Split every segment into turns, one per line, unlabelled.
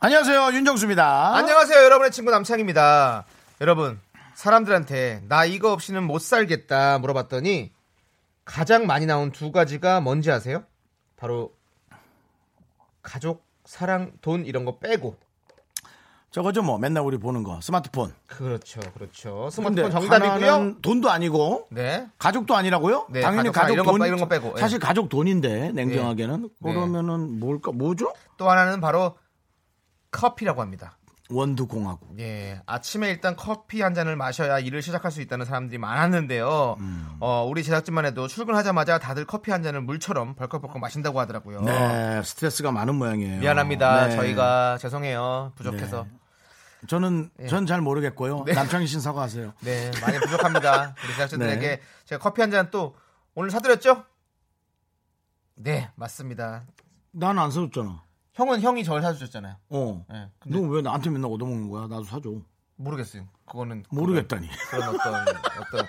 안녕하세요 윤정수입니다.
안녕하세요, 여러분의 친구 남창입니다. 여러분, 사람들한테 나 이거 없이는 못 살겠다 물어봤더니 가장 많이 나온 두 가지가 뭔지 아세요? 바로 가족, 사랑, 돈 이런 거 빼고.
저거죠 뭐 맨날 우리 보는 거 스마트폰.
그렇죠, 그렇죠.
근데
스마트폰 정답이고요.
하나는 돈도 아니고
네.
가족도 아니라고요?
네,
당연히
가족,
가족,
이런 거
돈
빼- 이런 거 빼고, 예.
사실 가족 돈인데 냉정하게는
네.
그러면은 뭘까 뭐죠?
또 하나는 바로 커피라고 합니다.
원두 공화국.
예, 아침에 일단 커피 한 잔을 마셔야 일을 시작할 수 있다는 사람들이 많았는데요.
음.
어, 우리 제작진만 해도 출근하자마자 다들 커피 한 잔을 물처럼 벌컥벌컥 마신다고 하더라고요.
네, 스트레스가 많은 모양이에요.
어. 미안합니다.
네.
저희가 죄송해요. 부족해서.
저는 전 잘 모르겠고요.
네.
남창희 씨 사과하세요.
네, 많이 부족합니다. 우리 제작진들에게
네.
제가 커피 한 잔 또 오늘 사드렸죠? 네, 맞습니다.
난 안 사줬잖아.
형은 형이 저를 사주셨잖아요.
어.
네, 근데-
너 왜 나한테 맨날 얻어먹는 거야? 나도 사줘.
모르겠어요. 그거는
모르겠다니.
그런 어떤 어떤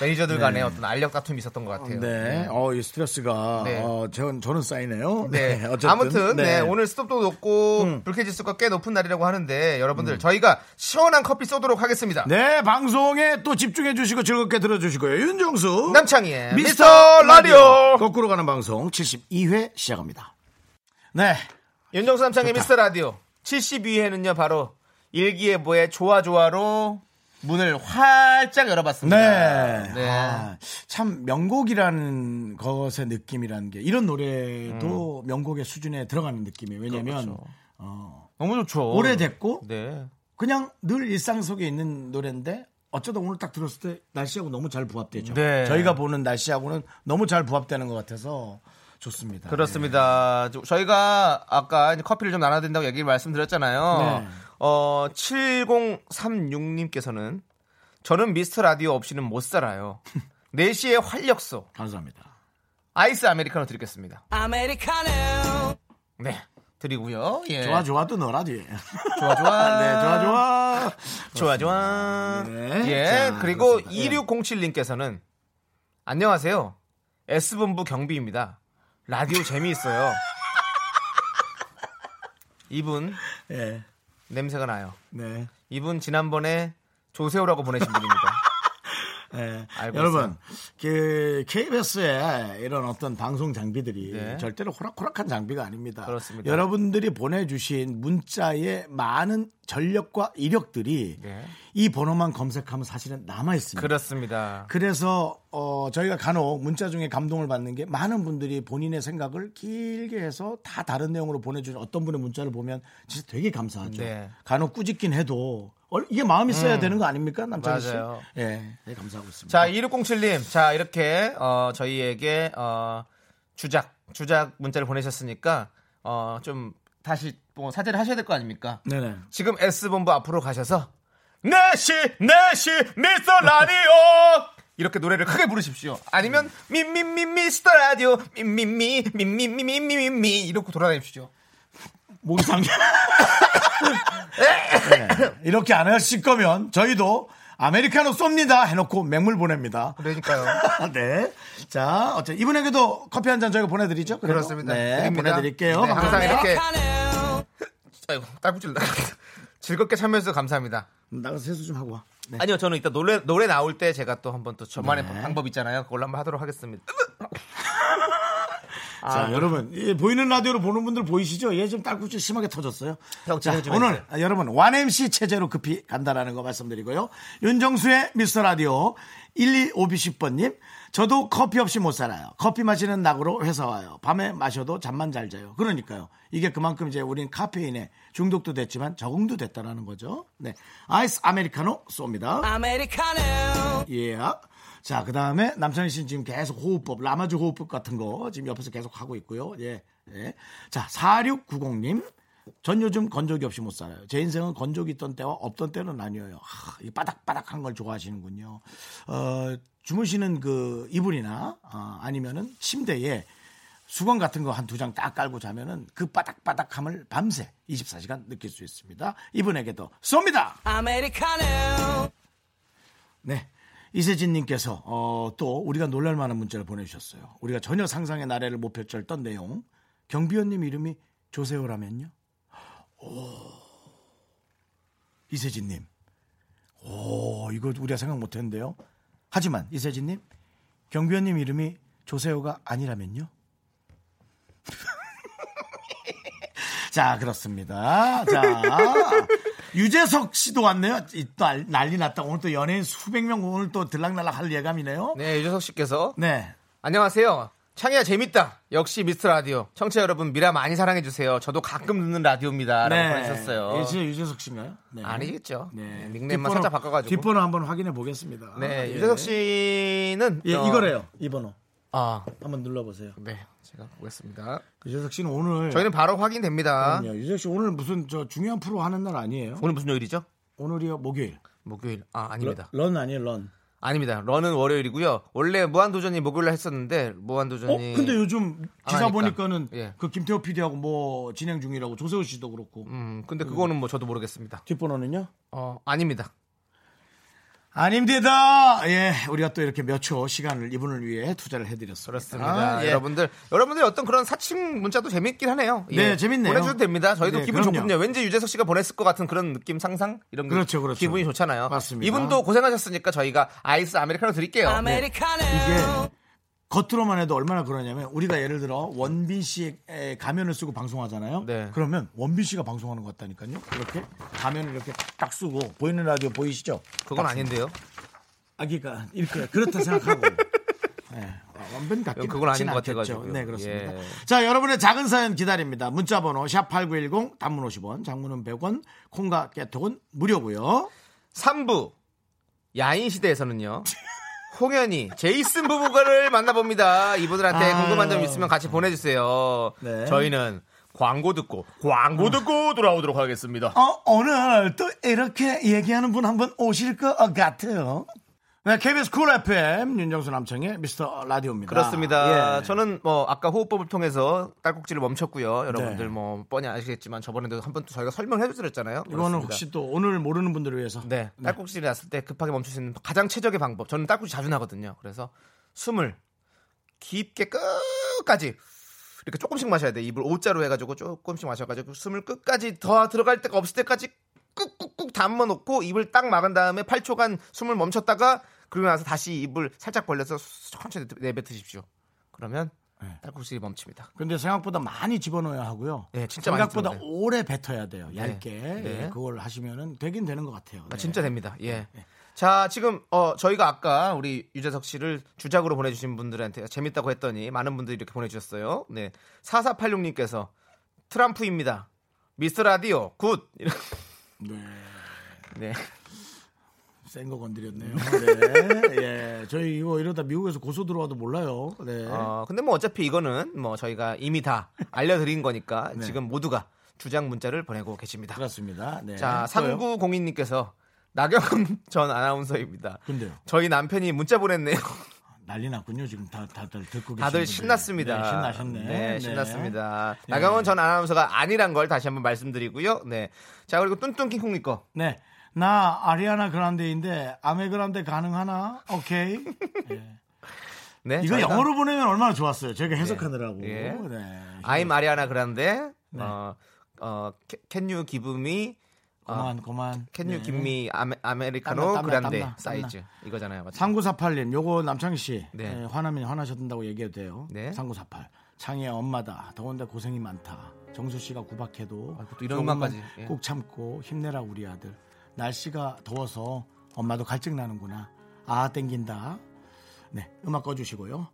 매니저들 간에 어떤 알력 다툼이 있었던 것 같아요.
네. 어, 이 스트레스가
네.
어, 저는 저는 쌓이네요.
네.
어쨌든.
아무튼 네. 음. 오늘 스톱도 높고 불쾌지수가 꽤 높은 날이라고 하는데 여러분들 저희가 시원한 커피 쏘도록 하겠습니다.
네, 방송에 또 집중해 주시고 즐겁게 들어 주시고요. 윤정수
남창희의 네, 미스터 라디오.
거꾸로 가는 방송 72회 시작합니다. 네.
윤정수 남창의 미스터 라디오 72회는요 바로 일기예보의 좋아 좋아로 문을 활짝 열어봤습니다.
네.
네.
아, 참 명곡이라는 것의 느낌이라는 게 이런 노래도 명곡의 수준에 들어가는 느낌이에요. 왜냐면
음. 그렇죠.
어,
너무 좋죠.
오래됐고
네.
그냥 늘 일상 속에 있는 노래인데 어쩌다 오늘 딱 들었을 때 날씨하고 너무 잘 부합되죠.
네.
저희가 보는 날씨하고는 너무 잘 부합되는 것 같아서 좋습니다.
그렇습니다. 저- 저희가 아까 이제 커피를 좀 나눠야 된다고 얘기를 말씀드렸잖아요.
네.
어, 7036님께서는 저는 미스터 라디오 없이는 못 살아요. 4시에 활력소
네, 감사합니다.
아이스 아메리카노 드리겠습니다.
아메리카노
네. 드리고요. 예.
좋아 좋아도 너라지.
좋아 좋아.
네, 좋아 좋아.
좋아 좋아.
네.
예.
자,
그리고
그렇습니다.
2607님께서는 안녕하세요. S본부 경비입니다. 라디오 재미있어요. 이분
예.
냄새가 나요.
네.
이분 지난번에 조세호라고 보내신 분입니다.
예.
알고
여러분, 그 KBS의 이런 어떤 방송 장비들이
네.
절대로 호락호락한 장비가 아닙니다.
그렇습니다.
여러분들이 보내주신 문자의 많은 전력과 이력들이
네.
이 번호만 검색하면 사실은 남아 있습니다.
그렇습니다.
그래서 어, 저희가 간혹 문자 중에 감동을 받는 게 많은 분들이 본인의 생각을 길게 해서 다 다른 내용으로 보내주는 어떤 분의 문자를 보면 진짜 되게 감사하죠.
네.
간혹 꾸짖긴 해도 얼- 이게 마음이 써야 되는 거 아닙니까 남자씨?
맞아요.
예, 네, 감사하고 있습니다.
자, 2607님. 자, 이렇게, 어, 저희에게, 어, 주작, 주작 문자를 보내셨으니까, 어, 좀, 다시, 뭐, 사죄를 하셔야 될 거 아닙니까?
네네.
지금 S본부 앞으로 가셔서, 4시, 4시, 미스터 라디오! 이렇게 노래를 크게 부르십시오. 아니면, 미미미 미스터 라디오, 미미미, 미미미미미미, 이렇게 돌아다니십시오.
목이 상해. 네, 이렇게 안 하실 거면 저희도 아메리카노 쏩니다 해놓고 맹물 보냅니다.
그러니까요.
네. 자, 어쨌든 이분에게도 커피 한 잔 저희가 보내드리죠. 그래도?
그렇습니다.
네,
드립니다.
보내드릴게요.
네, 항상
감사합니다.
이렇게
아메리카노
아이고 딸꾹질 나. 즐겁게 참여해서 감사합니다.
나가서 세수 좀 하고 와. 네.
아니요, 저는 이따 노래 노래 나올 때 제가 또 한번 또 저만의
네.
방법 있잖아요. 그걸로 한번 하도록 하겠습니다.
자,
아.
여러분 이 보이는 라디오로 보는 분들 보이시죠? 얘 지금 딸꾹질 심하게 터졌어요.
형,
자,
진행 좀
오늘
해주세요.
아, 여러분 완 MC 체제로 급히 간다라는 거 말씀드리고요. 윤정수의 미스터 라디오 125B10번님. 저도 커피 없이 못 살아요. 커피 마시는 낙으로 회사 와요. 밤에 마셔도 잠만 잘 자요. 그러니까요. 이게 그만큼 이제 우린 카페인에 중독도 됐지만 적응도 됐다라는 거죠. 네. 아이스 아메리카노 쏩니다.
아메리카노
예. 자, 그 다음에 남창희 씨는 지금 계속 호흡법, 라마주 호흡법 같은 거 지금 옆에서 계속 하고 있고요. 예. 예. 자, 4690님. 전 요즘 건조기 없이 못 살아요. 제 인생은 건조기 있던 때와 없던 때는 아니에요. 하, 이 바닥바닥한 걸 좋아하시는군요. 어, 주무시는 그 이불이나 아, 아니면은 침대에 수건 같은 거 한 두 장 딱 깔고 자면은 그 바닥바닥함을 밤새 24시간 느낄 수 있습니다. 이분에게도 쏩니다.
Americano.
네. 이세진님께서 어, 또 우리가 놀랄만한 문자를 보내주셨어요. 우리가 전혀 상상의 나래를 못 펼쳤던 내용. 경비원님 이름이 조세호라면요? 오. 이세진님. 오, 이거 우리가 생각 못했는데요. 하지만 이세진님, 경비원님 이름이 조세호가 아니라면요? 자, 그렇습니다. 자, 유재석 씨도 왔네요. 이또 알- 난리 났다. 오늘 또 연예인 수백 명 오늘 또 들락날락 할 예감이네요.
네, 유재석 씨께서
네.
안녕하세요. 창이야 재밌다. 역시 미스터 라디오. 청취자 여러분 미라 많이 사랑해 주세요. 저도 가끔 듣는 라디오입니다라고 네. 보내셨어요.
예, 진짜 유재석 씨인가요? 네.
아니겠죠.
네.
닉네임만
뒷번호-
살짝 바꿔가지고.
뒷번호 한번 확인해 보겠습니다.
네,
예.
유재석 씨는
예,
어,
이거래요. 이 번호.
아,
한번 눌러보세요.
네, 제가 보겠습니다.
유재석 씨는 오늘.
저희는 바로 확인됩니다.
그럼요. 유재석 씨 오늘 무슨 저 중요한 프로 하는 날 아니에요?
오늘 무슨 요일이죠?
오늘이요, 목요일.
목요일. 아, 아닙니다.
런 아니에요, 런.
아닙니다. 런은 월요일이고요. 원래 무한도전이 목요일날 했었는데
어,
무한도전이
근데 요즘 기사
하니까.
보니까는
아, 예.
그 김태호 PD하고 뭐 진행 중이라고 조세호 씨도 그렇고.
음, 근데 그거는 뭐 저도 모르겠습니다.
뒷번호는요?
어, 아닙니다.
아닙니다. 예, 우리가 또 이렇게 몇 초 시간을 이분을 위해 투자를 해드렸습니다.
그렇습니다.
아, 예.
여러분들, 여러분들 어떤 그런 사칭 문자도 재밌긴 하네요. 예.
네, 재밌네요.
보내주셔도 됩니다. 저희도
네,
기분
그럼요.
좋거든요. 왠지 유재석 씨가 보냈을 것 같은 그런 느낌 상상 이런 거
그렇죠, 그렇죠.
기분이 좋잖아요.
맞습니다.
이분도 고생하셨으니까 저희가 아이스 아메리카노 드릴게요. 네,
Americano.
예. 겉으로만 해도 얼마나 그러냐면 우리가 예를 들어 원빈 씨의 가면을 쓰고 방송하잖아요.
네.
그러면 원빈 씨가 방송하는 것 같다니까요. 이렇게 가면을 이렇게 딱 쓰고 보이는 라디오 보이시죠?
그건 아닌데요.
아, 그러니까 이렇게 그렇다 생각하고. 예, 완전 같긴
그건
같진
아닌 것
않겠죠.
같아가지고요.
네, 그렇습니다.
예.
자, 여러분의 작은 사연 기다립니다. 문자 번호 샵8910 단문 50원, 장문은 100원, 콩과 깨톡은 무료고요.
3부 야인 시대에서는요. 홍현이 제이슨 부부가를 만나봅니다. 이분들한테
아유.
궁금한 점 있으면 같이 보내주세요.
네.
저희는 광고 듣고 광고 듣고 돌아오도록 하겠습니다.
어, 오늘 또 이렇게 얘기하는 분 한 번 오실 것 같아요. 네, KBS 쿨 FM 윤정수 남청의 미스터 라디오입니다.
그렇습니다.
예.
저는 뭐 아까 호흡법을 통해서 딸꾹질을 멈췄고요. 여러분들
네.
뭐 뻔히 아시겠지만 저번에도 한 번 저희가 설명을 해드렸잖아요.
이거는 혹시 또 오늘 모르는 분들을 위해서
네 딸꾹질이 났을 때 급하게 멈출 수 있는 가장 최적의 방법. 저는 딸꾹질 자주 나거든요. 그래서 숨을 깊게 끝까지 이렇게 조금씩 마셔야 돼. 입을 O자로 해가지고 조금씩 마셔가지고 숨을 끝까지 더 들어갈 데가 없을 때까지 꾹꾹꾹 담아 놓고 입을 딱 막은 다음에 8초간 숨을 멈췄다가 그러고 나서 다시 입을 살짝 벌려서 천천히 내뱉으십시오. 그러면
네.
딸꾹질이 멈춥니다.
근데 생각보다 많이 집어넣어야 하고요.
네, 진짜 많이
생각보다
집어넣어야
오래 뱉어야 돼요. 얇게
네.
예, 그걸 하시면은 되긴 되는 것 같아요.
아,
네.
진짜 됩니다. 예. 자, 지금 어, 저희가 아까 우리 유재석 씨를 주작으로 보내주신 분들한테 재밌다고 했더니 많은 분들이 이렇게 보내주셨어요. 네. 4486님께서 트럼프입니다. 미스 라디오 굿. 이런-
네.
네.
센 거 건드렸네요. 네. 예. 저희 이거 이러다 미국에서 고소 들어와도 몰라요. 네.
어, 근데 뭐 어차피 이거는 뭐 저희가 이미 다 알려드린 거니까
네.
지금 모두가 주작 문자를 보내고 계십니다.
그렇습니다. 네.
자,
또요?
3902님께서 나경원 전 아나운서입니다.
근데요?
저희 남편이 문자 보냈네요.
난리 났군요. 지금 다, 다들 듣고 계신
다들
분들이.
신났습니다.
네, 신나셨네.
네, 신났습니다.
네.
나경원 전 아나운서가 아니란 걸 다시 한번 말씀드리고요. 네. 자, 그리고 뚠뚠킹콩님 거.
네. 나 아리아나 그란데인데 아메그란데 가능하나? 오케이. 예.
네.
이거
저희가
영어로 보내면 얼마나 좋았어요. 저희가 해석하느라고.
예.
네.
I'm 아리아나 그란데. 어, 어, can you give me 어,
고만 고만.
can you
네.
give me 아메, 아메리카노
땀나, 땀나,
그란데
땀나, 땀나.
사이즈. 이거잖아요. 맞죠?
3948님, 요거 남창희 씨.
네.
예, 화나면 화나셨다고 얘기해도 돼요.
네.
3948. 창희의 엄마다. 더운데 고생이 많다. 정수 씨가 구박해도
아, 그것도 이런
조금만
음악까지. 예.
꼭 참고 힘내라 우리 아들. 날씨가 더워서 엄마도 갈증 나는구나. 아 땡긴다. 네, 음악 꺼주시고요.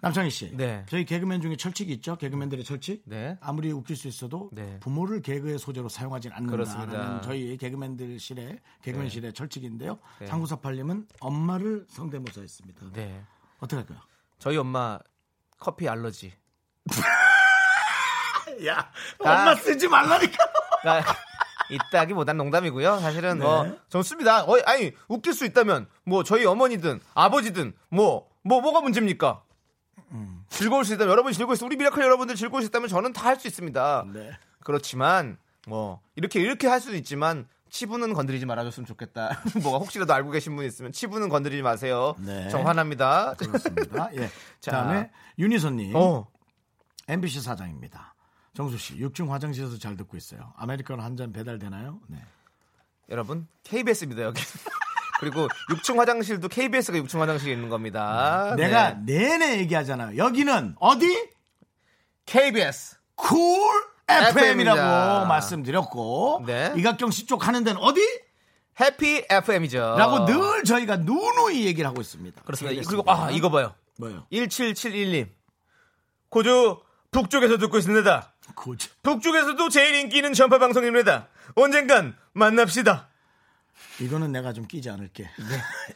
남창희 씨,
네.
저희 개그맨 중에 철칙이 있죠. 개그맨들의 철칙.
네.
아무리 웃길 수 있어도
네.
부모를 개그의 소재로 사용하진 않는다라는
그렇습니다.
저희 개그맨들실의 개그맨실의 철칙인데요.
네.
상구사팔님은 엄마를 성대모사했습니다.
네.
어떻게 할까요?
저희 엄마 커피 알러지.
야,
엄마
쓰지 말라니까.
그러니까 있다기보단 농담이고요. 사실은 뭐
네.
좋습니다. 어, 아니 웃길 수 있다면 뭐 저희 어머니든 아버지든 뭐 뭐 뭐, 가 문제입니까?
음.
즐거울 수 있다면 여러분 즐거울 수 우리 미라클 여러분들 즐거울 수 있다면 저는 다 할 수 있습니다.
네.
그렇지만 뭐 이렇게 이렇게 할 수도 있지만 치부는 건드리지 말아줬으면 좋겠다. 뭐가 혹시라도 알고 계신 분 있으면 치부는 건드리지 마세요.
네.
저 화납니다.
그렇습니다. 예.
자.
그다음에 윤희선님
어.
MBC 사장입니다. 정수 씨, 6층 화장실에서 잘 듣고 있어요. 아메리카노 한 잔 배달되나요? 네.
여러분 KBS입니다 여기. 그리고 6층 화장실도 KBS가 6층 화장실에 있는 겁니다.
음. 내가
네.
내내 얘기하잖아요. 여기는 어디?
KBS
쿨
FM입니다.
FM이라고 말씀드렸고
네.
이각경 씨 쪽 하는 데는 어디?
해피 FM이죠.
라고 늘 저희가 누누이 얘기를 하고 있습니다.
어. 그렇습니다.
KBS
그리고
입니다.
아 이거 봐요.
뭐요?
1771님 고조 북쪽에서 듣고 있습니다.
고조
북쪽에서도 제일 인기 있는 전파 방송입니다. 언젠간 만납시다.
이거는 내가 좀 끼지 않을게.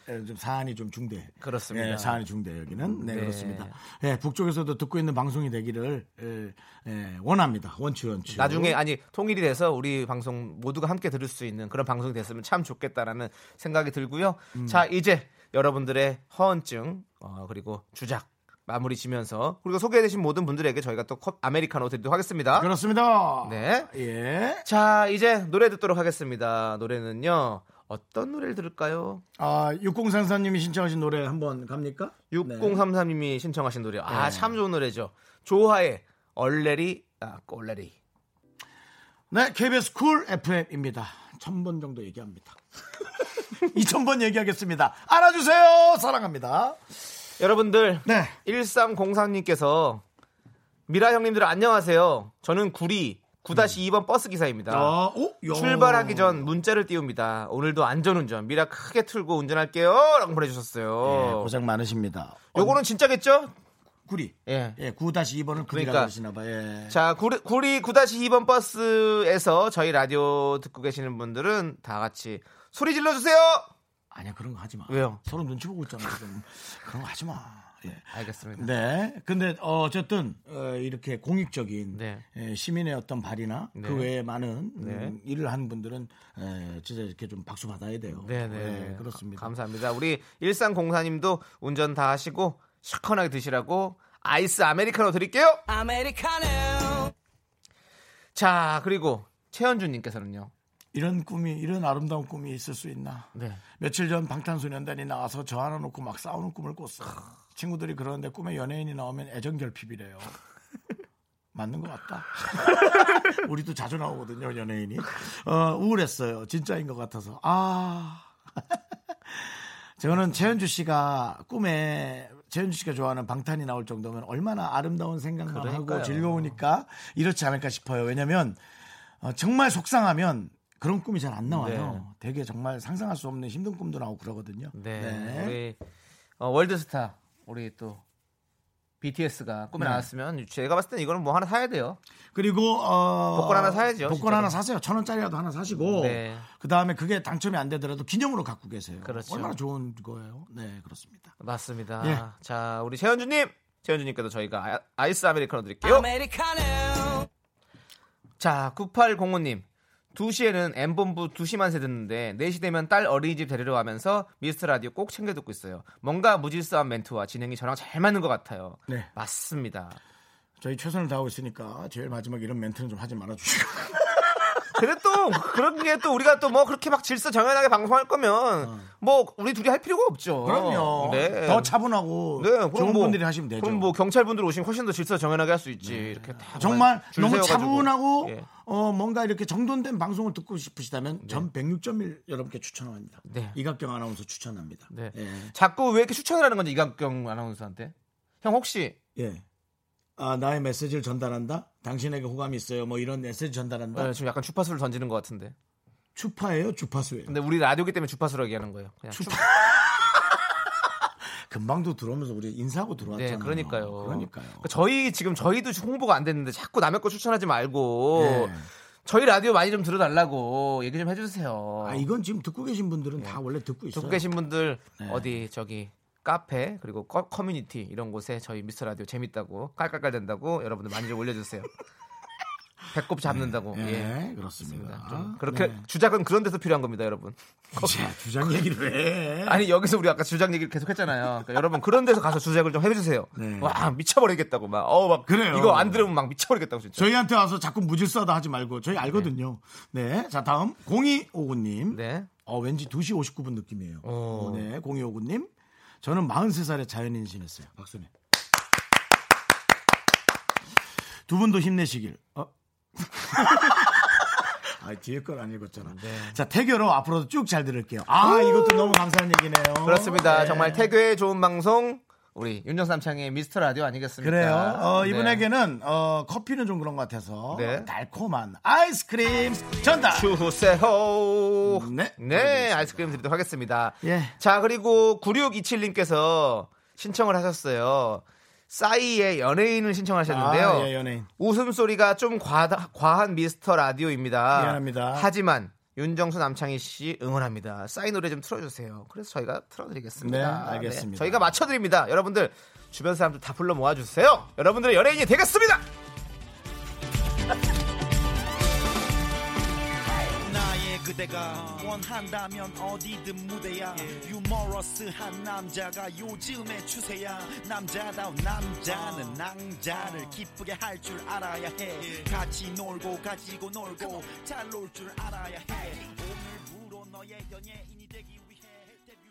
예, 좀 사안이 좀 중대.
네. 그렇습니다.
예, 사안이 중대 여기는. 네,
네.
그렇습니다. 예, 북쪽에서도 듣고 있는 방송이 되기를 예, 예, 원합니다. 원치 원치.
나중에 아니 통일이 돼서 우리 방송 모두가 함께 들을 수 있는 그런 방송이 됐으면 참 좋겠다라는 생각이 들고요.
음.
자 이제 여러분들의 허언증 어, 그리고 주작 마무리 지면서 그리고 소개되신 모든 분들에게 저희가 또 컵 아메리카노 드리도록 하겠습니다.
그렇습니다.
네.
예.
자 이제 노래 듣도록 하겠습니다. 노래는요 어떤 노래를 들을까요?
아, 6034님이 신청하신 노래 한번 갑니까? 네.
6033님이 신청하신 노래 아 참 좋은 노래죠. 조하의 얼레리 아 꼴레리
네, KBS 쿨 FM입니다. 천 번 정도 얘기합니다. 2000번 얘기하겠습니다. 알아주세요. 사랑합니다.
여러분들
네.
1303님께서 미라 형님들 안녕하세요. 저는 구리 9-2번 버스 기사입니다.
음. 아, 오, 야.
출발하기 전 문자를 띄웁니다. 오늘도 안전운전 미라 크게 틀고 운전할게요. 라고
예,
보내주셨어요.
고생 많으십니다.
요거는 진짜겠죠?
구리.
예.
예, 9-2번을 구리라고
그러니까.
하시나 봐. 예.
자, 구리, 구리 9-2번 버스에서 저희 라디오 듣고 계시는 분들은 다 같이 소리 질러주세요!
아니야, 그런 거 하지 마.
왜요?
서로 눈치 보고 있잖아, 지금. 그런 거 하지 마. 예.
알겠습니다.
네. 근데 어, 어쨌든 어, 이렇게 공익적인
네.
예, 시민의 어떤 발이나
네.
그 외에 많은 음,
네.
일을 한 분들은 에, 진짜 이렇게 좀 박수 받아야 돼요.
네,
예, 그렇습니다.
가- 감사합니다. 우리 1304님도 운전 다 하시고 시원하게 드시라고 아이스 아메리카노 드릴게요.
아메리카노
자, 그리고 최현준님께서는요.
이런 꿈이 이런 아름다운 꿈이 있을 수 있나?
네.
며칠 전 방탄소년단이 나와서 저 하나 놓고 막 싸우는 꿈을 꿨어. 친구들이 그러는데 꿈에 연예인이 나오면 애정 결핍이래요. 맞는 것 같다. 우리도 자주 나오거든요, 연예인이. 어, 우울했어요. 진짜인 것 같아서. 아. 저는 최현주 씨가 꿈에 최현주 씨가 좋아하는 방탄이 나올 정도면 얼마나 아름다운 생각만 하고
그러니까요.
즐거우니까 이렇지 않을까 싶어요. 왜냐면 어, 정말 속상하면 그런 꿈이 잘 안 나와요. 되게 정말 상상할 수 없는 힘든 꿈도 나오고 그러거든요.
네. 우리 어, 월드스타 우리 또 BTS가
네.
꿈에 나왔으면 제가 봤을 땐 이거는 뭐 하나 사야 돼요.
그리고 어,
복권 하나 사야죠,
복권
진짜로.
하나 사세요. 천 원짜리라도 하나 사시고
네.
그다음에 그게 당첨이 안 되더라도 기념으로 갖고 계세요.
그렇죠.
얼마나 좋은 거예요. 네, 그렇습니다.
맞습니다.
예.
자, 우리 최현준님. 최현준님께도 저희가 아- 아이스 아메리카노 드릴게요.
아메리카노
자, 9805님. 2시에는 M본부 2시만 세 듣는데 4시 되면 딸 어린이집 데리러 가면서 미스터 라디오 꼭 챙겨 듣고 있어요. 뭔가 무질서한 멘트와 진행이 저랑 잘 맞는 것 같아요.
네.
맞습니다.
저희 최선을 다하고 있으니까 제일 마지막 이런 멘트는 좀 하지 말아 주시고.
근데 또 그런 게 또 우리가 또 뭐 그렇게 막 질서 정연하게 방송할 거면 뭐 우리 둘이 할 필요가 없죠.
어. 그럼요.
어, 네.
더 차분하고
네, 그럼
좋은
뭐-
분들이 하시면 되죠. 네.
그럼 뭐 경찰분들 오시면 훨씬 더 질서 정연하게 할 수 있지. 이렇게 다
정말
줄
너무
세워가지고.
차분하고
예.
어, 뭔가 이렇게 정돈된 방송을 듣고 싶으시다면 전 106.1 여러분께 추천합니다.
네.
이각경 아나운서 추천합니다.
네.
예.
자꾸 왜 이렇게 추천을 하는 건지 이강경 아나운서한테. 형 혹시
예. 아, 나의 메시지를 전달한다? 당신에게 호감이 있어요. 뭐 이런 메시지 전달한다?
어, 지금 약간 주파수를 던지는 것 같은데.
추파예요? 주파수예요?
근데 우리 라디오기 때문에 주파수로 얘기하는 거예요. 그냥 주
금방도 들어오면서 우리 인사하고 들어왔잖아요.
네, 그러니까요.
그러니까요.
그러니까 저희 지금 저희도 홍보가 안 됐는데 자꾸 남의 거 추천하지 말고
네.
저희 라디오 많이 좀 들어달라고 얘기 좀 해주세요.
아, 이건 지금 듣고 계신 분들은 다 원래 듣고 있어요.
예.
네.
듣고 계신 분들 어디 저기 카페 그리고 커, 커뮤니티 이런 곳에 저희 미스터 라디오 재밌다고 깔깔깔 된다고 여러분들 많이 좀 올려주세요. 배꼽 잡는다고.
예,
예.
그렇습니다.
좀 그렇게
네.
주작은 그런 데서 필요한 겁니다, 여러분.
자, 주장 얘기를 해.
아니 여기서 우리 아까 주작 얘기를 계속 했잖아요. 그러니까 여러분 그런 데서 가서 주작을 좀 해주세요.
네.
와 미쳐버리겠다고 막 어 막
그래요.
이거 안 들으면 막 미쳐버리겠다고 진짜.
저희한테 와서 자꾸 무질서하다 하지 말고 저희 알거든요. 네. 자, 다음 0259님.
네.
어, 왠지 2시 59분 느낌이에요.
어.
어, 네. 0259님. 저는 43살에 자연인 신했어요. 박수님. 두 분도 힘내시길. 어? 아, 뒤에 걸 안 읽었잖아.
네.
자, 태교로 앞으로도 쭉 잘 들을게요. 아, 이것도 너무 감사한 얘기네요.
그렇습니다.
네.
정말 태교의 좋은 방송 우리 윤정삼창의 미스터 라디오 아니겠습니까?
그래요. 어,
네.
이분에게는 어, 커피는 좀 그런 것 같아서
네.
달콤한 아이스크림 전달.
주세요.
네.
네, 아이스크림 드리도록 하겠습니다.
예.
자, 그리고 9627님께서 신청을 하셨어요. 싸이의 연예인을 신청하셨는데요.
아, 예, 연예인.
웃음소리가 좀 과다, 과한 미스터 라디오입니다.
미안합니다.
하지만 윤정수 남창희 씨 응원합니다. 싸이 노래 좀 틀어주세요. 그래서 저희가 틀어드리겠습니다.
네, 알겠습니다.
저희가 맞춰드립니다. 여러분들 주변 사람들 다 불러 모아주세요. 여러분들의 연예인이 되겠습니다.
나의 그대가 원한다면 어디든 무대야
예.
유머러스한 남자가 요즘의 추세야 남자다운
아.
남자는 낭자를 기쁘게 할 줄 알아야
예.
해 같이 놀고 가지고 놀고 잘 놀 줄 알아야 해 오늘부로 너의 연예인이 되기 위해 데뷔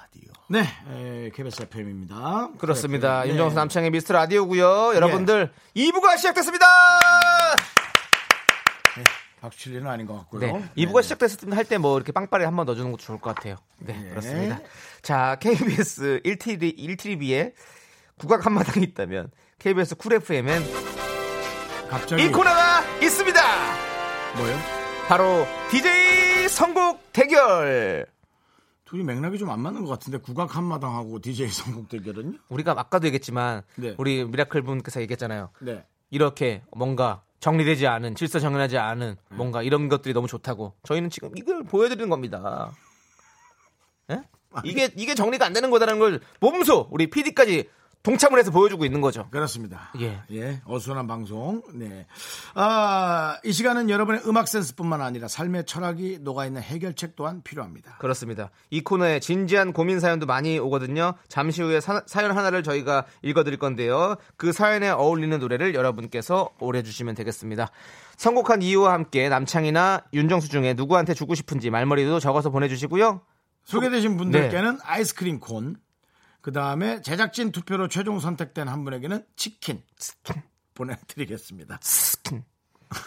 네, 에, KBS FM입니다.
그렇습니다.
네.
윤정수 남창의 미스터 라디오고요. 여러분들 2부가 시작됐습니다.
박수 칠 일은 아닌 것 같고요.
네, 2부가 시작됐을 때 할 때 뭐 이렇게 빵빠레 한 번 넣어주는 것도 좋을 것 같아요. 네,
네.
그렇습니다. 자, KBS 1TV, 1TV에 국악 한마당이 있다면 KBS 쿨 FM엔
갑자기
이 코너가 있습니다.
뭐예요?
바로 DJ 선곡 대결.
둘이 맥락이 좀 안 맞는 것 같은데 국악 한마당하고 DJ 성국 대결은요?
우리가 아까도 얘기했지만
네.
우리 미라클 분께서 얘기했잖아요.
네.
이렇게 뭔가 정리되지 않은 질서 정연하지 않은 뭔가 이런 것들이 너무 좋다고 저희는 지금 이걸 보여드리는 겁니다. 예? 이게 이게 정리가 안 되는 거다라는 걸 몸소 우리 PD까지 동참을 해서 보여주고 있는 거죠.
그렇습니다.
예.
어수선한 방송. 네. 아, 이 시간은 여러분의 음악 센스뿐만 아니라 삶의 철학이 녹아있는 해결책 또한 필요합니다.
그렇습니다. 이 코너에 진지한 고민 사연도 많이 오거든요. 잠시 후에 사, 연 하나를 저희가 읽어드릴 건데요. 그 사연에 어울리는 노래를 여러분께서 올려주시면 되겠습니다. 선곡한 이유와 함께 남창이나 윤정수 중에 누구한테 주고 싶은지 말머리도 적어서 보내주시고요. 네.
소개되신 분들께는 아이스크림 콘, 그 다음에 제작진 투표로 최종 선택된 한 분에게는 치킨 보내드리겠습니다.
치킨. 예.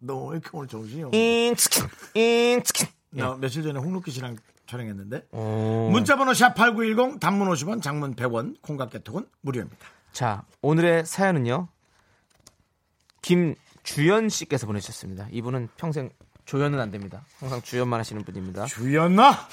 너 왜 이렇게 오늘 정신이 없어?
인치킨 인치킨
나 며칠 전에 홍록기 씨랑 촬영했는데
오.
문자번호 샵8910 단문 50원 장문 100원 콩각개톡은 무료입니다.
자 오늘의 사연은요 김주연 씨께서 보내주셨습니다 이분은 평생 조연은 안 됩니다 항상 주연만 하시는 분입니다
주연아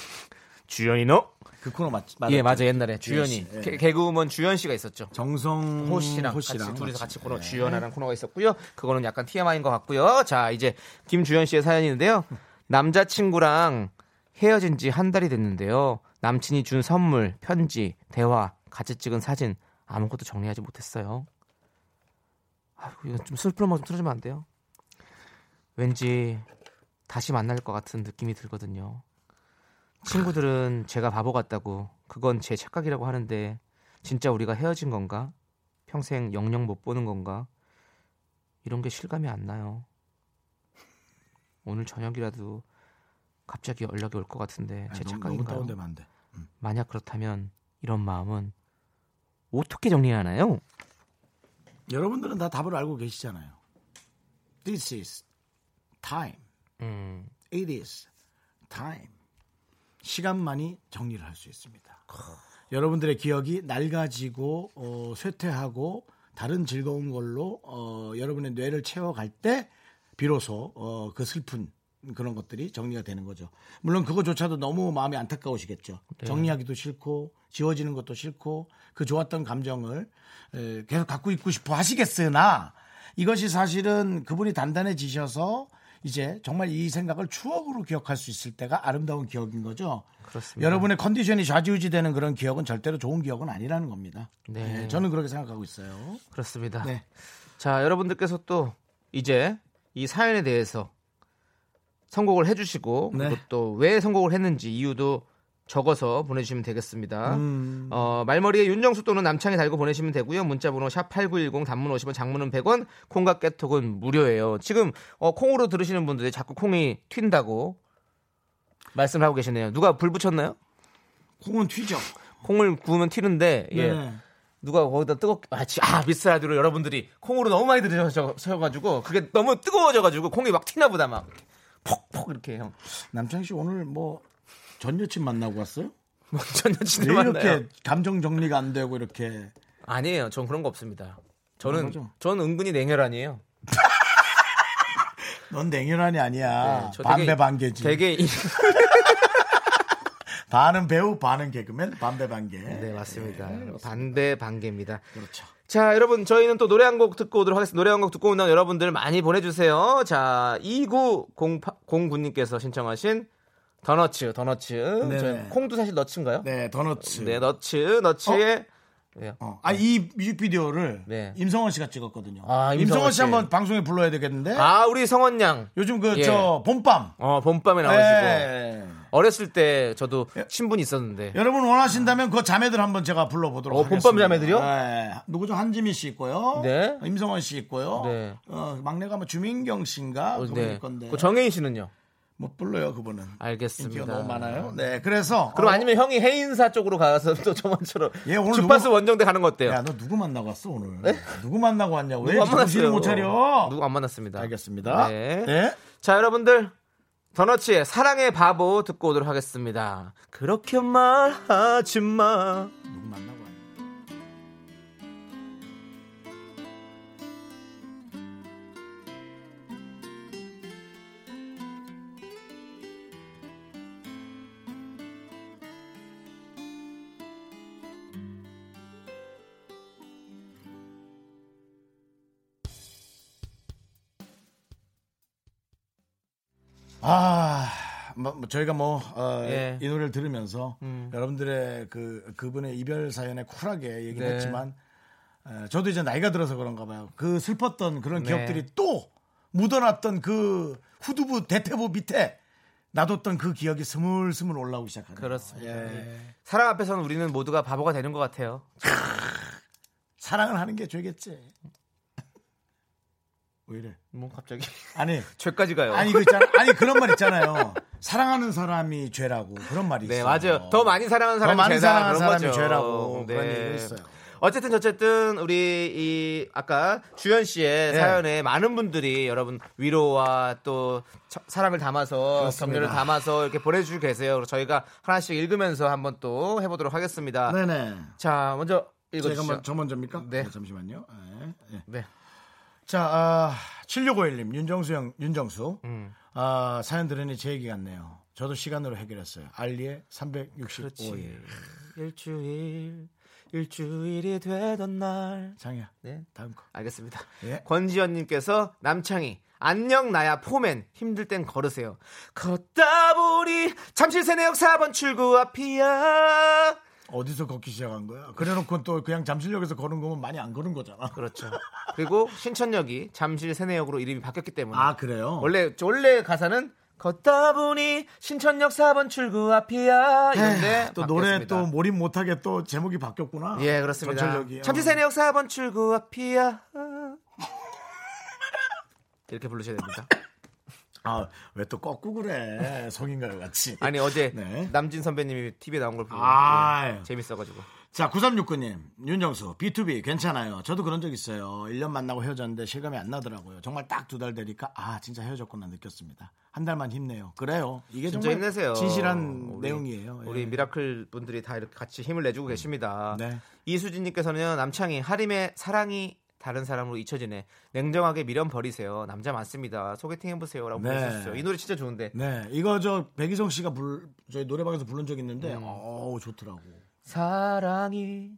주연이 너?
그 코너 맞, 맞
예 맞아 옛날에 주연이
주연 씨, 예.
개, 개그우먼 주연 씨가 있었죠
정성
호 씨랑, 같이 둘이서 네. 같이
예.
코너 주연아라는 코너가 있었고요 그거는 약간 TMI인 것 같고요 자 이제 김주연 씨의 사연인데요 남자친구랑 헤어진 지 한 달이 됐는데요 남친이 준 선물 편지 대화 같이 찍은 사진 아무것도 정리하지 못했어요 아이 이거 좀 슬픈 음악 좀 틀어주면 안 돼요 왠지 다시 만날 것 같은 느낌이 들거든요 친구들은 제가 바보 같다고 그건 제 착각이라고 하는데 진짜 우리가 헤어진 건가? 평생 영영 못 보는 건가? 이런 게 실감이 안 나요. 오늘 저녁이라도 갑자기 연락이 올 것 같은데 제
아, 너무
착각인가요?
다운되면 안 돼.
만약 그렇다면 이런 마음은 어떻게 정리하나요?
여러분들은 다 답을 알고 계시잖아요. This is time.
음,
It is time. 시간만이 정리를 할 수 있습니다. 여러분들의 기억이 낡아지고 어, 쇠퇴하고 다른 즐거운 걸로 어, 여러분의 뇌를 채워갈 때 비로소 어, 그 슬픈 그런 것들이 정리가 되는 거죠. 물론 그거조차도 너무 마음이 안타까우시겠죠. 정리하기도 싫고 지워지는 것도 싫고 그 좋았던 감정을 에, 계속 갖고 있고 싶어 하시겠으나 이것이 사실은 그분이 단단해지셔서 이제 정말 이 생각을 추억으로 기억할 수 있을 때가 아름다운 기억인 거죠.
그렇습니다.
여러분의 컨디션이 좌지우지되는 그런 기억은 절대로 좋은 기억은 아니라는 겁니다.
네. 아.
네, 저는 그렇게 생각하고 있어요.
그렇습니다.
네.
자, 여러분들께서 또 이제 이 사연에 대해서 선곡을 해주시고
네.
그리고 또 왜 선곡을 했는지 이유도 적어서 보내주시면 되겠습니다.
음.
어, 말머리에 윤정수 또는 남창이 달고 보내시면 되고요. 문자번호 샵 #8910 단문 50원, 장문은 100원, 콩과 깨톡은 무료예요. 지금 어, 콩으로 들으시는 분들이 자꾸 콩이 튄다고 말씀하고 을 계시네요. 누가 불 붙였나요?
콩은 튀죠.
콩을 구우면 튀는데 예.
네.
누가 거기다 뜨겁게 마치 아 미스라디로 여러분들이 콩으로 너무 많이 들으셔가지고 그게 너무 뜨거워져가지고 콩이 막 튀나 보다 막 폭폭 이렇게 형.
남창희 씨 오늘 뭐 전 여친 만나고 왔어요?
뭐 전혀 진짜
왜
만나요.
이렇게 감정 정리가 안 되고 이렇게
아니에요. 전 그런 거 없습니다. 저는
거죠?
저는 은근히 냉혈한이에요.
넌 냉혈한이 아니야.
네, 저 되게-
반배 반개지.
되게 이-
반은 배우 반은 개그맨 반배 반개.
네 맞습니다. 반대 반개입니다.
그렇죠.
자, 여러분, 저희는 또 노래 한 곡 듣고 오도록 하겠습니다. 노래 한 곡 듣고 온다면 여러분들 많이 보내주세요. 자, 2909님께서 신청하신 더너츠, 더너츠.
네네.
저희 콩도 사실 너츠인가요?
네, 더너츠.
네, 너츠, 너츠의. 왜요?
어. 아, 이 뮤직비디오를
네.
임성원 씨가 찍었거든요.
아, 임성원
임성원
씨.
씨 한번 방송에 불러야 되겠는데.
아, 우리 성원 양.
요즘 그,
예.
저, 봄밤.
어, 봄밤에
네.
나오시고.
예.
어렸을 때 저도 신분이 있었는데.
여러분 원하신다면 그 자매들 한번 제가 불러보도록
어,
하겠습니다.
봄밤 자매들이요?
네. 누구죠? 한지민 씨 있고요.
네.
임성원 씨 있고요.
네.
어, 막내가 뭐 주민경 씨인가?
어,
그분일
네.
건데.
그 정혜인 씨는요?
못 불러요, 그분은.
알겠습니다.
인기가 너무 많아요. 네, 그래서.
그럼
어,
아니면 형이 해인사 쪽으로 가서 또 저번처럼
예, 오늘
주파수
누구-
원정대 가는 거 어때요? 네?
야, 너 누구 만나고 왔어, 오늘? 누구 만나고 왔냐고. 왜
누구 안
정신을
만났어요?
못 차려?
누구 안 만났습니다.
알겠습니다.
네.
네.
자, 여러분들. 더너츠의 사랑의 바보 듣고 오도록 하겠습니다. 그렇게 말하지 마.
누구 만나고 왔냐? 아, 뭐, 뭐 저희가 뭐, 어,
예. 음.
이 노래를 들으면서 여러분들의 그, 그분의 이별 사연에 쿨하게 얘기를
네.
했지만, 에, 저도 이제 나이가 들어서 그런가 봐요. 그 슬펐던 그런
네.
기억들이 또 묻어놨던 그 후두부 대퇴부 밑에 놔뒀던 그 기억이 스물스물 올라오기 시작하네요.
그렇습니다.
예.
사랑 앞에서는 우리는 모두가 바보가 되는 것 같아요.
사랑을 하는 게 죄겠지. 왜 이래?
뭐 갑자기
아니,
죄까지 가요.
아니, 그 있잖아. 아니, 그런 말 있잖아요. 사랑하는 사람이 죄라고. 그런 말이
네,
있어요.
맞아요. 더 많이 사랑하는
더
사람이
많이
죄다,
사랑하는
그런
사람이
거죠. 네.
죄라고 그런 얘기가 있어요.
어쨌든 어쨌든 우리 이 아까 주현 씨의
네.
사연에 많은 분들이 여러분 위로와 또 차- 사랑을 담아서
그렇습니다.
격려를 담아서 이렇게 보내주고 계세요. 그래서 저희가 하나씩 읽으면서 한번 또 해보도록 하겠습니다.
네네.
자 먼저
제가
읽어주시죠.
먼저, 저 먼저입니까?
네.
잠시만요. 예, 예.
네.
자, 아, 7651님, 윤정수 형, 윤정수.
음.
아, 사연 들으니 제 얘기 같네요. 저도 시간으로 해결했어요. 알리의 365일.
일주일 일주일이 되던 날.
장이야.
네.
다음 거.
알겠습니다.
예.
권지현님께서 남창희 안녕 나야 포맨 힘들 땐 걸으세요. 걷다 보니 잠실 세내역 4번 출구 앞이야.
어디서 걷기 시작한 거야? 그래놓고 또 그냥 잠실역에서 걸은 거면 많이 안 걸은 거잖아.
그렇죠. 그리고 신천역이 잠실 세내역으로 이름이 바뀌었기 때문에
아, 그래요?
원래 원래 가사는 걷다 보니 신천역 4번 출구 앞이야 이런데
또 노래
아, 바뀌었습니다.
또 몰입 못하게 또 제목이 바뀌었구나.
예, 그렇습니다.
전철역이.
참치세내역 4번 출구 앞이야. 이렇게 부르셔야 됩니다.
아, 왜 또 꺾고 그래. 성인가요, 같이.
예. 아니 어제
네.
남진 선배님이 TV에 나온 걸 보고
아유.
예, 재밌어가지고
자, 9369님, 윤정수, B2B, 괜찮아요. 저도 그런 적 있어요. 1년 만나고 헤어졌는데 실감이 안 나더라고요. 정말 딱 두 달 되니까, 아, 진짜 헤어졌구나 느꼈습니다. 한 달만 힘내요. 그래요. 이게
진짜
정말
힘내세요.
진실한
우리,
내용이에요. 예.
우리 미라클 분들이 다 이렇게 같이 힘을 내주고 계십니다.
네.
이수진님께서는 남창희 하림의 사랑이 다른 사람으로 잊혀지네. 냉정하게 미련 버리세요. 남자 많습니다. 소개팅 해보세요라고
네.
보내주셨어요. 이 노래 진짜 좋은데
네, 이거 저 백이성 씨가 불 저희 노래방에서 부른 적 있는데
음.
어우 좋더라고.
사랑이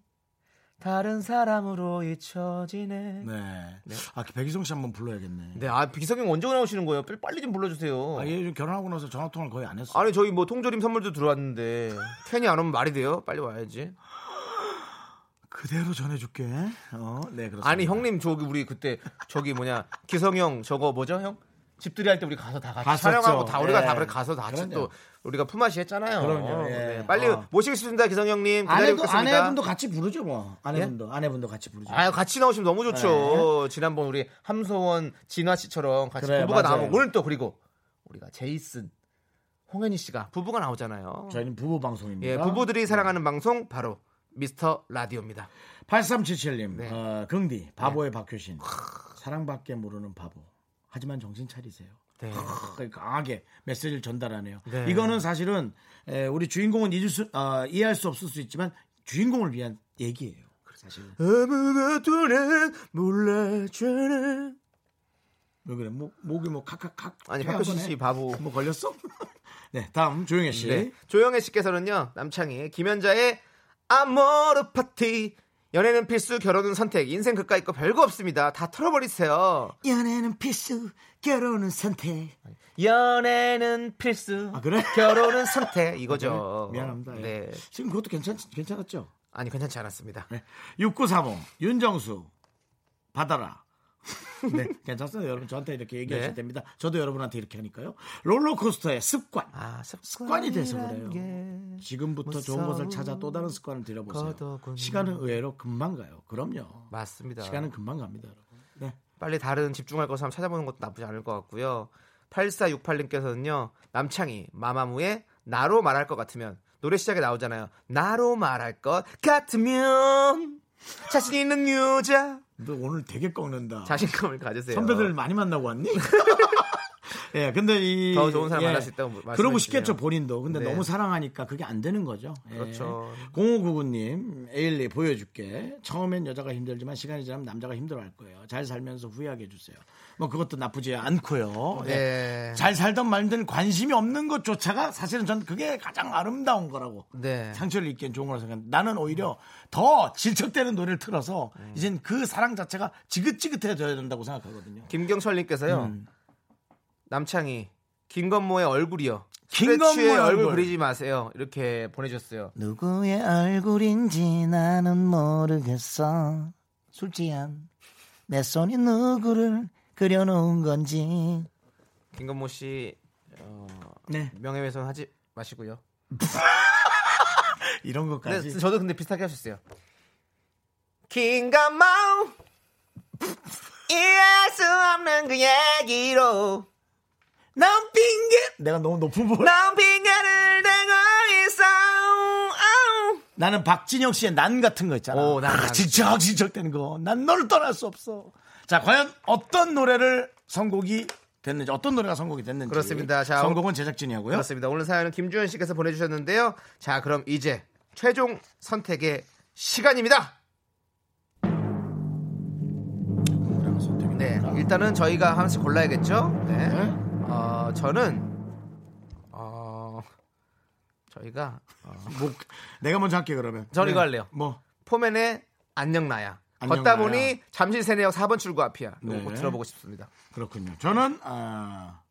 다른 사람으로 잊혀지네. 네,
네. 아, 백이성 씨 한번 불러야겠네.
아 비석형 언제 나오시는 거예요? 빨리- 빨리 좀 불러주세요.
아, 얘 요즘 결혼하고 나서 전화 통화를 거의 안 했어.
아니 저희 뭐 통조림 선물도 들어왔는데 캔이 안 오면 말이 돼요? 빨리 와야지.
그대로 전해줄게. 어, 네 그렇습니다.
아니 형님 저기 우리 그때 저기 뭐냐 기성형 저거 뭐죠 형? 집들이 할 때 우리 가서 다 같이
갔었죠.
촬영하고 다 우리가
예.
다 그래 가서 다 같이
그럼요.
또 우리가 품앗이 했잖아요.
그럼요, 예.
네, 빨리
어.
모시겠습니다 기성형님. 기다리고
아내도
있겠습니다.
아내분도 같이 부르죠 뭐. 아내분도 아내분도 같이 부르죠.
아 같이 나오시면 너무 좋죠. 지난번 우리 함소원 진화 씨처럼 같이
네. 그래,
부부가
맞아요.
나오면 오늘 또 그리고 우리가 제이슨 홍현희 씨가 부부가 나오잖아요.
저희는 네. 부부 방송입니다.
예 부부들이 사랑하는 방송 바로 미스터 라디오입니다.
8377님,
네.
어, 긍디, 바보의 박효신. 사랑밖에 모르는 바보. 하지만 정신 차리세요.
네.
크, 그러니까 강하게 메시지를 전달하네요.
네.
이거는 사실은 에, 우리 주인공은 잊을 수, 아, 이해할 수 없을 수 있지만 주인공을 위한 얘기예요. 사실은.
아무것도 난 몰라주는
왜 그래? 목, 목이 뭐 칵칵칵.
아니
퇴하거네.
박효신 씨 바보.
뭐 걸렸어? 네, 다음 조용혜 씨.
네. 조영애 씨께서는요 남창희 김연자의 아모르 파티 연애는 필수 결혼은 선택 인생 그까이 거 별거 없습니다 다 털어버리세요
연애는 필수, 결혼은 선택. 네,
연애는 필수
아, 그래?
결혼은 선택 이거죠
미안합니다.
네
예. 지금 그것도 괜찮, 괜찮았죠?
아니 괜찮지 않았습니다
네. 6935 윤정수 받아라. 네, 괜찮습니다. 여러분 저한테 이렇게 얘기하셔도
네.
됩니다. 저도 여러분한테 이렇게 하니까요. 롤러코스터의 습관.
아
습관이 돼서
습관이란
그래요.
게
지금부터 좋은
무서운
것을 찾아 또 다른 습관을 들여보세요.
거더군요.
시간은 의외로 금방 가요. 그럼요.
맞습니다
시간은 금방 갑니다. 여러분. 네.
빨리 다른 집중할 것을 한번 찾아보는 것도 나쁘지 않을 것 같고요. 8468님께서는요. 남창희 마마무의 나로 말할 것 같으면 노래 시작에 나오잖아요. 나로 말할 것 같으면 자신 있는 여자
너 오늘 되게 꺾는다.
자신감을 가지세요.
선배들 많이 만나고 왔니? 예, 근데 이. 예,
더 좋은 사람 만날 수 있다고 말씀해
그러고
주시네요.
싶겠죠, 본인도. 근데
네.
너무 사랑하니까 그게 안 되는 거죠. 예.
그렇죠.
0599님, 에일리 보여줄게. 처음엔 여자가 힘들지만 시간이 지나면 남자가 힘들어할 거예요. 잘 살면서 후회하게 해주세요. 뭐 그것도 나쁘지 않고요.
네.
예. 잘 살던 말든 관심이 없는 것조차가 사실은 전 그게 가장 아름다운 거라고.
네.
상처를 입기엔 좋은 거라 생각하는데 나는 오히려 더 질척대는 노래를 틀어서 이젠 그 사랑 자체가 지긋지긋해져야 된다고 생각하거든요.
김경철님께서요.
음.
남창희 김건모의 얼굴이요.
김건모의
김건모의 얼굴.
얼굴.
그리지 마세요. 이렇게 보내주셨어요.
누구의 얼굴인지 나는 모르겠어. 술지한 내 손이 누구를 그려놓은 건지.
김건모 씨 어,
네.
명예훼손 하지 마시고요.
이런
근데
것까지.
저도 근데 비슷하게 하셨어요. 긴가마우 이해할 수 없는 그 얘기로
난 핑계. 내가 너무 높은 분.
넌 핑계를 대고 있어 아우.
나는 박진영 씨의 난 같은 거 있잖아.
오, 난, 난.
지적 지적되는 거. 난 너를 떠날 수 없어. 자, 과연 어떤 노래를 선곡이 됐는지, 어떤 노래가 선곡이 됐는지.
그렇습니다. 자,
선곡은 제작진이 하고요.
그렇습니다. 오늘 사연은 김주현 씨께서 보내주셨는데요. 자 그럼 이제 최종 선택의 시간입니다.
노래가 선택이
네
됩니다.
일단은 저희가 하나씩 골라야겠죠. 네.
네?
어, 저는 어, 저희가
뭐, 내가 먼저 할게 그러면.
저는 이거 할래요.
뭐.
포맨의 안녕 나야.
안녕
걷다
나야.
보니 잠실 세내역 4번 출구 앞이야. 이거
네.
꼭 들어보고 싶습니다.
그렇군요. 저는 아,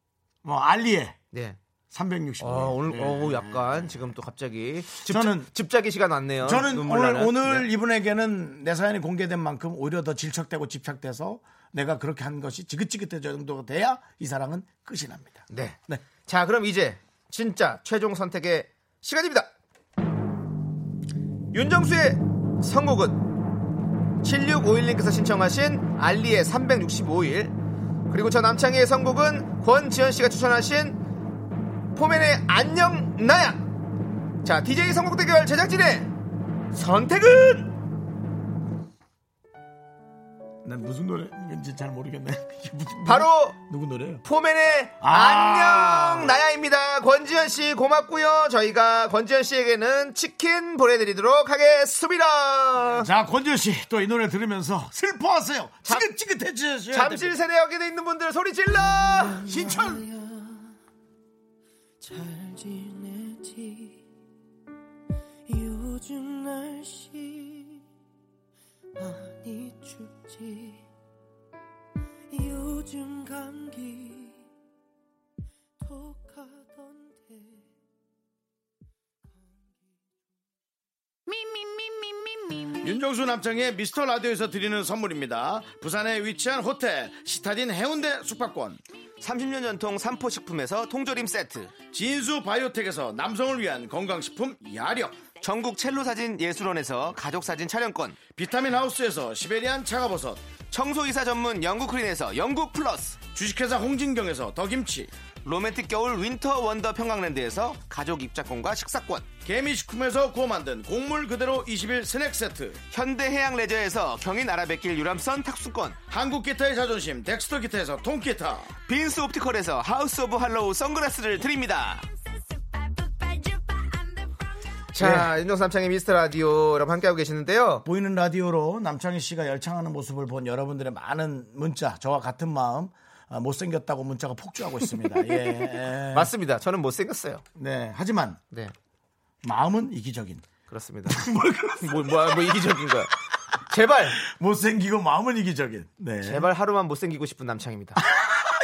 뭐 알리에
네.
365.
어, 오늘 어 약간 지금 또 갑자기 집,
네. 저는-
집자기 시간 왔네요.
저는
눈물
오늘
나는.
오늘
네.
이분에게는 내 사연이 공개된 만큼 오히려 더 질척되고 집착돼서 내가 그렇게 한 것이 지긋지긋해 저 정도가 돼야 이 사랑은 끝이 납니다.
네.
네.
자, 그럼 이제 진짜 최종 선택의 시간입니다. 윤정수의 선곡은 7651님께서 신청하신 알리의 365일 그리고 저 남창희의 선곡은 권지현 씨가 추천하신 포맨의 안녕 나야. 자, DJ 선곡 대결 제작진의 선택은
난 무슨 노래인지 잘 모르겠네. 이게 무슨-
바로
누구 노래예요?
포맨의
아.
안녕 나야입니다. 권지현 씨 고맙고요. 저희가 권지현 씨에게는 치킨 보내드리도록 하겠습니다.
자, 권지현 씨, 또 이 노래 들으면서 슬퍼하세요. 지긋지긋해지세요.
잠실 세대 역에 있는 분들 소리 질러.
신천!
잘 지내지 요즘 날씨 많이 춥지 요즘 감기 톡하던데
윤정수 남창의 미스터 라디오에서 드리는 선물입니다. 부산에 위치한 호텔, 시타딘 해운대 숙박권.
30년 전통 삼포식품에서 통조림 세트.
진수 바이오텍에서 남성을 위한 건강식품 야력.
전국 첼로 사진 예술원에서 가족 사진 촬영권.
비타민 하우스에서 시베리안 차가버섯.
청소이사 전문 영국 크린에서 영국 플러스.
주식회사 홍진경에서 더김치.
로맨틱 겨울 윈터 원더 평강랜드에서 가족 입자권과 식사권.
개미식품에서 구워 만든 곡물 그대로 21 스낵 세트.
현대해양 레저에서 경인 아라뱃길 유람선 탁수권.
한국 기타의 자존심, 덱스터 기타에서 통기타.
빈스 옵티컬에서 하우스 오브 할로우 선글라스를 드립니다. 자, 윤정수 남창의 미스터 라디오 여러분 함께하고 계시는데요.
보이는 라디오로 남창희 씨가 열창하는 모습을 본 여러분들의 많은 문자, 저와 같은 마음, 아, 못생겼다고 문자가 폭주하고 있습니다. 예.
네. 맞습니다. 저는 못생겼어요.
네. 하지만
네,
마음은 이기적인.
그렇습니다. 뭐, 뭐, 뭐 이기적인 거야. 제발,
못생기고 마음은 이기적인. 네.
제발 하루만 못생기고 싶은 남창입니다.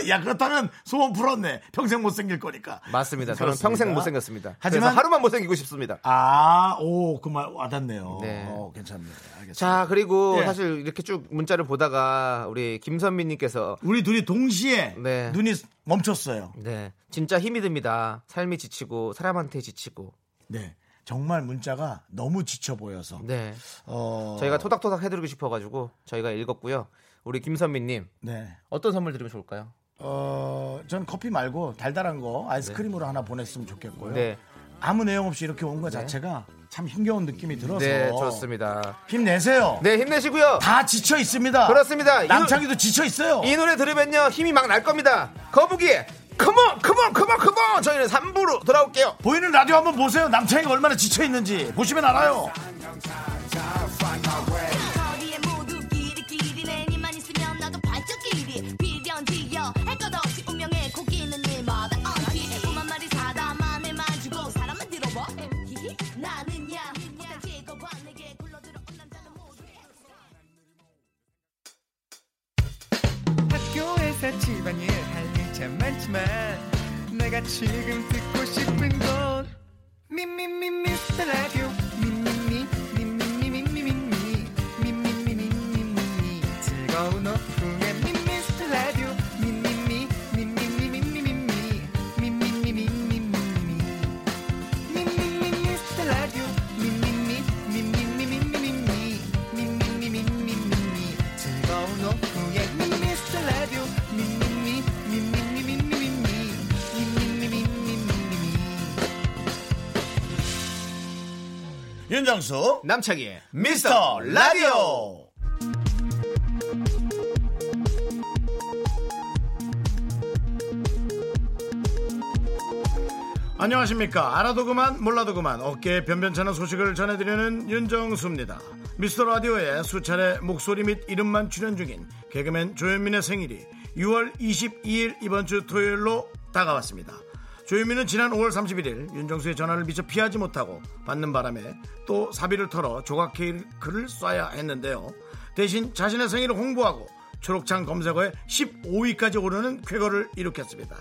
야, 그렇다면 소원 풀었네. 평생 못생길 거니까.
맞습니다. 저는
그렇습니다.
평생 못생겼습니다. 하지만
하지만-
그래서 하루만 못생기고 싶습니다.
아, 오, 그 말 와닿네요.
네.
어, 괜찮네요. 알겠습니다.
자, 그리고
예.
사실 이렇게 쭉 문자를 보다가 우리 김선미님께서
우리 둘이 동시에
네.
눈이 멈췄어요.
네, 진짜 힘이 듭니다. 삶이 지치고 사람한테 지치고.
네. 정말 문자가 너무 지쳐 보여서.
네,
어,
저희가 토닥토닥 해드리고 싶어가지고 저희가 읽었고요. 우리 김선미님
네.
어떤 선물 드리면 좋을까요?
어, 전 커피 말고 달달한 거 아이스크림으로 하나 보냈으면 좋겠고요.
네,
아무 내용 없이 이렇게 온 거 자체가 참 힘겨운 느낌이 들어서.
네, 좋습니다.
힘내세요.
네, 힘내시고요.
다 지쳐 있습니다.
그렇습니다. 이
남창희도 지쳐 있어요.
이 노래 들으면요 힘이 막 날 겁니다. 거북이의 컴온, 컴온, 컴온, 컴온. 저희는 3부로 돌아올게요.
보이는 라디오 한번 보세요. 남창희가 얼마나 지쳐 있는지 보시면 알아요.
거리에 모두 끼리끼리 내니만 있으면 나도 반짝끼리 빌던지여 할 것 없이 운명의 고기는 일마다 어디 오만 말이 사다만에 마주고 사람만 들어봐 히히 나는야 못한 직업과 내게 굴러들어온 남자는 모두
학교에서 집안일 할 일 참 많지만 내가 지금 듣고 싶은 건 미미미 미스터 라디오 미미미 미미미 미미미 미미미 미미미 즐거운 오후에 미스터 라디오 미미미 미미미 미미미 미미미 미미미
네.
윤정수
남창희의
미스터 라디오. 안녕하십니까. 알아도 그만, 몰라도 그만, 어깨에 변변찮은 소식을 전해드리는 윤정수입니다. 미스터 라디오에 수차례 목소리 및 이름만 출연 중인 개그맨 조현민의 생일이 6월 22일 이번 주 토요일로 다가왔습니다. 조현민은 지난 5월 31일 윤정수의 전화를 미처 피하지 못하고 받는 바람에 또 사비를 털어 조각 케이크를 쏴야 했는데요. 대신 자신의 생일을 홍보하고 초록창 검색어에 15위까지 오르는 쾌거를 일으켰습니다.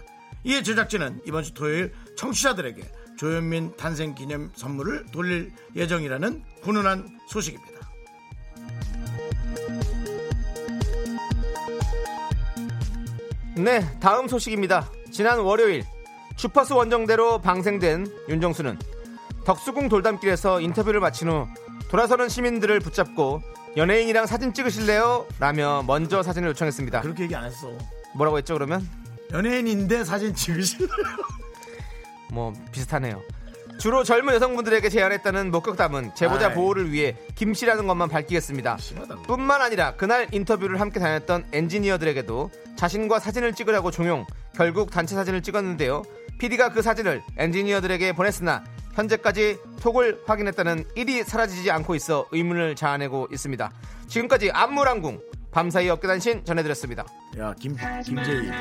이에 제작진은 이번 주 토요일 청취자들에게 조현민 탄생 기념 선물을 돌릴 예정이라는 훈훈한 소식입니다.
네, 다음 소식입니다. 지난 월요일 주파수 원정대로 방생된 윤정수는 덕수궁 돌담길에서 인터뷰를 마친 후 돌아서는 시민들을 붙잡고 연예인이랑 사진 찍으실래요? 라며 먼저 사진을 요청했습니다.
그렇게 얘기 안 했어.
뭐라고 했죠 그러면?
연예인인데 사진 찍으실래요?
뭐 비슷하네요. 주로 젊은 여성분들에게 제안했다는 목격담은 제보자
아이.
보호를 위해 김 씨라는 것만 밝히겠습니다.
심하다.
뿐만 아니라 그날 인터뷰를 함께 다녔던 엔지니어들에게도 자신과 사진을 찍으라고 종용, 결국 단체 사진을 찍었는데요. PD가 그 사진을 엔지니어들에게 보냈으나 현재까지 톡을 확인했다는 일이 사라지지 않고 있어 의문을 자아내고 있습니다. 지금까지 안무랑궁 밤사이 어깨단신 전해드렸습니다.
야, 김, 김재희.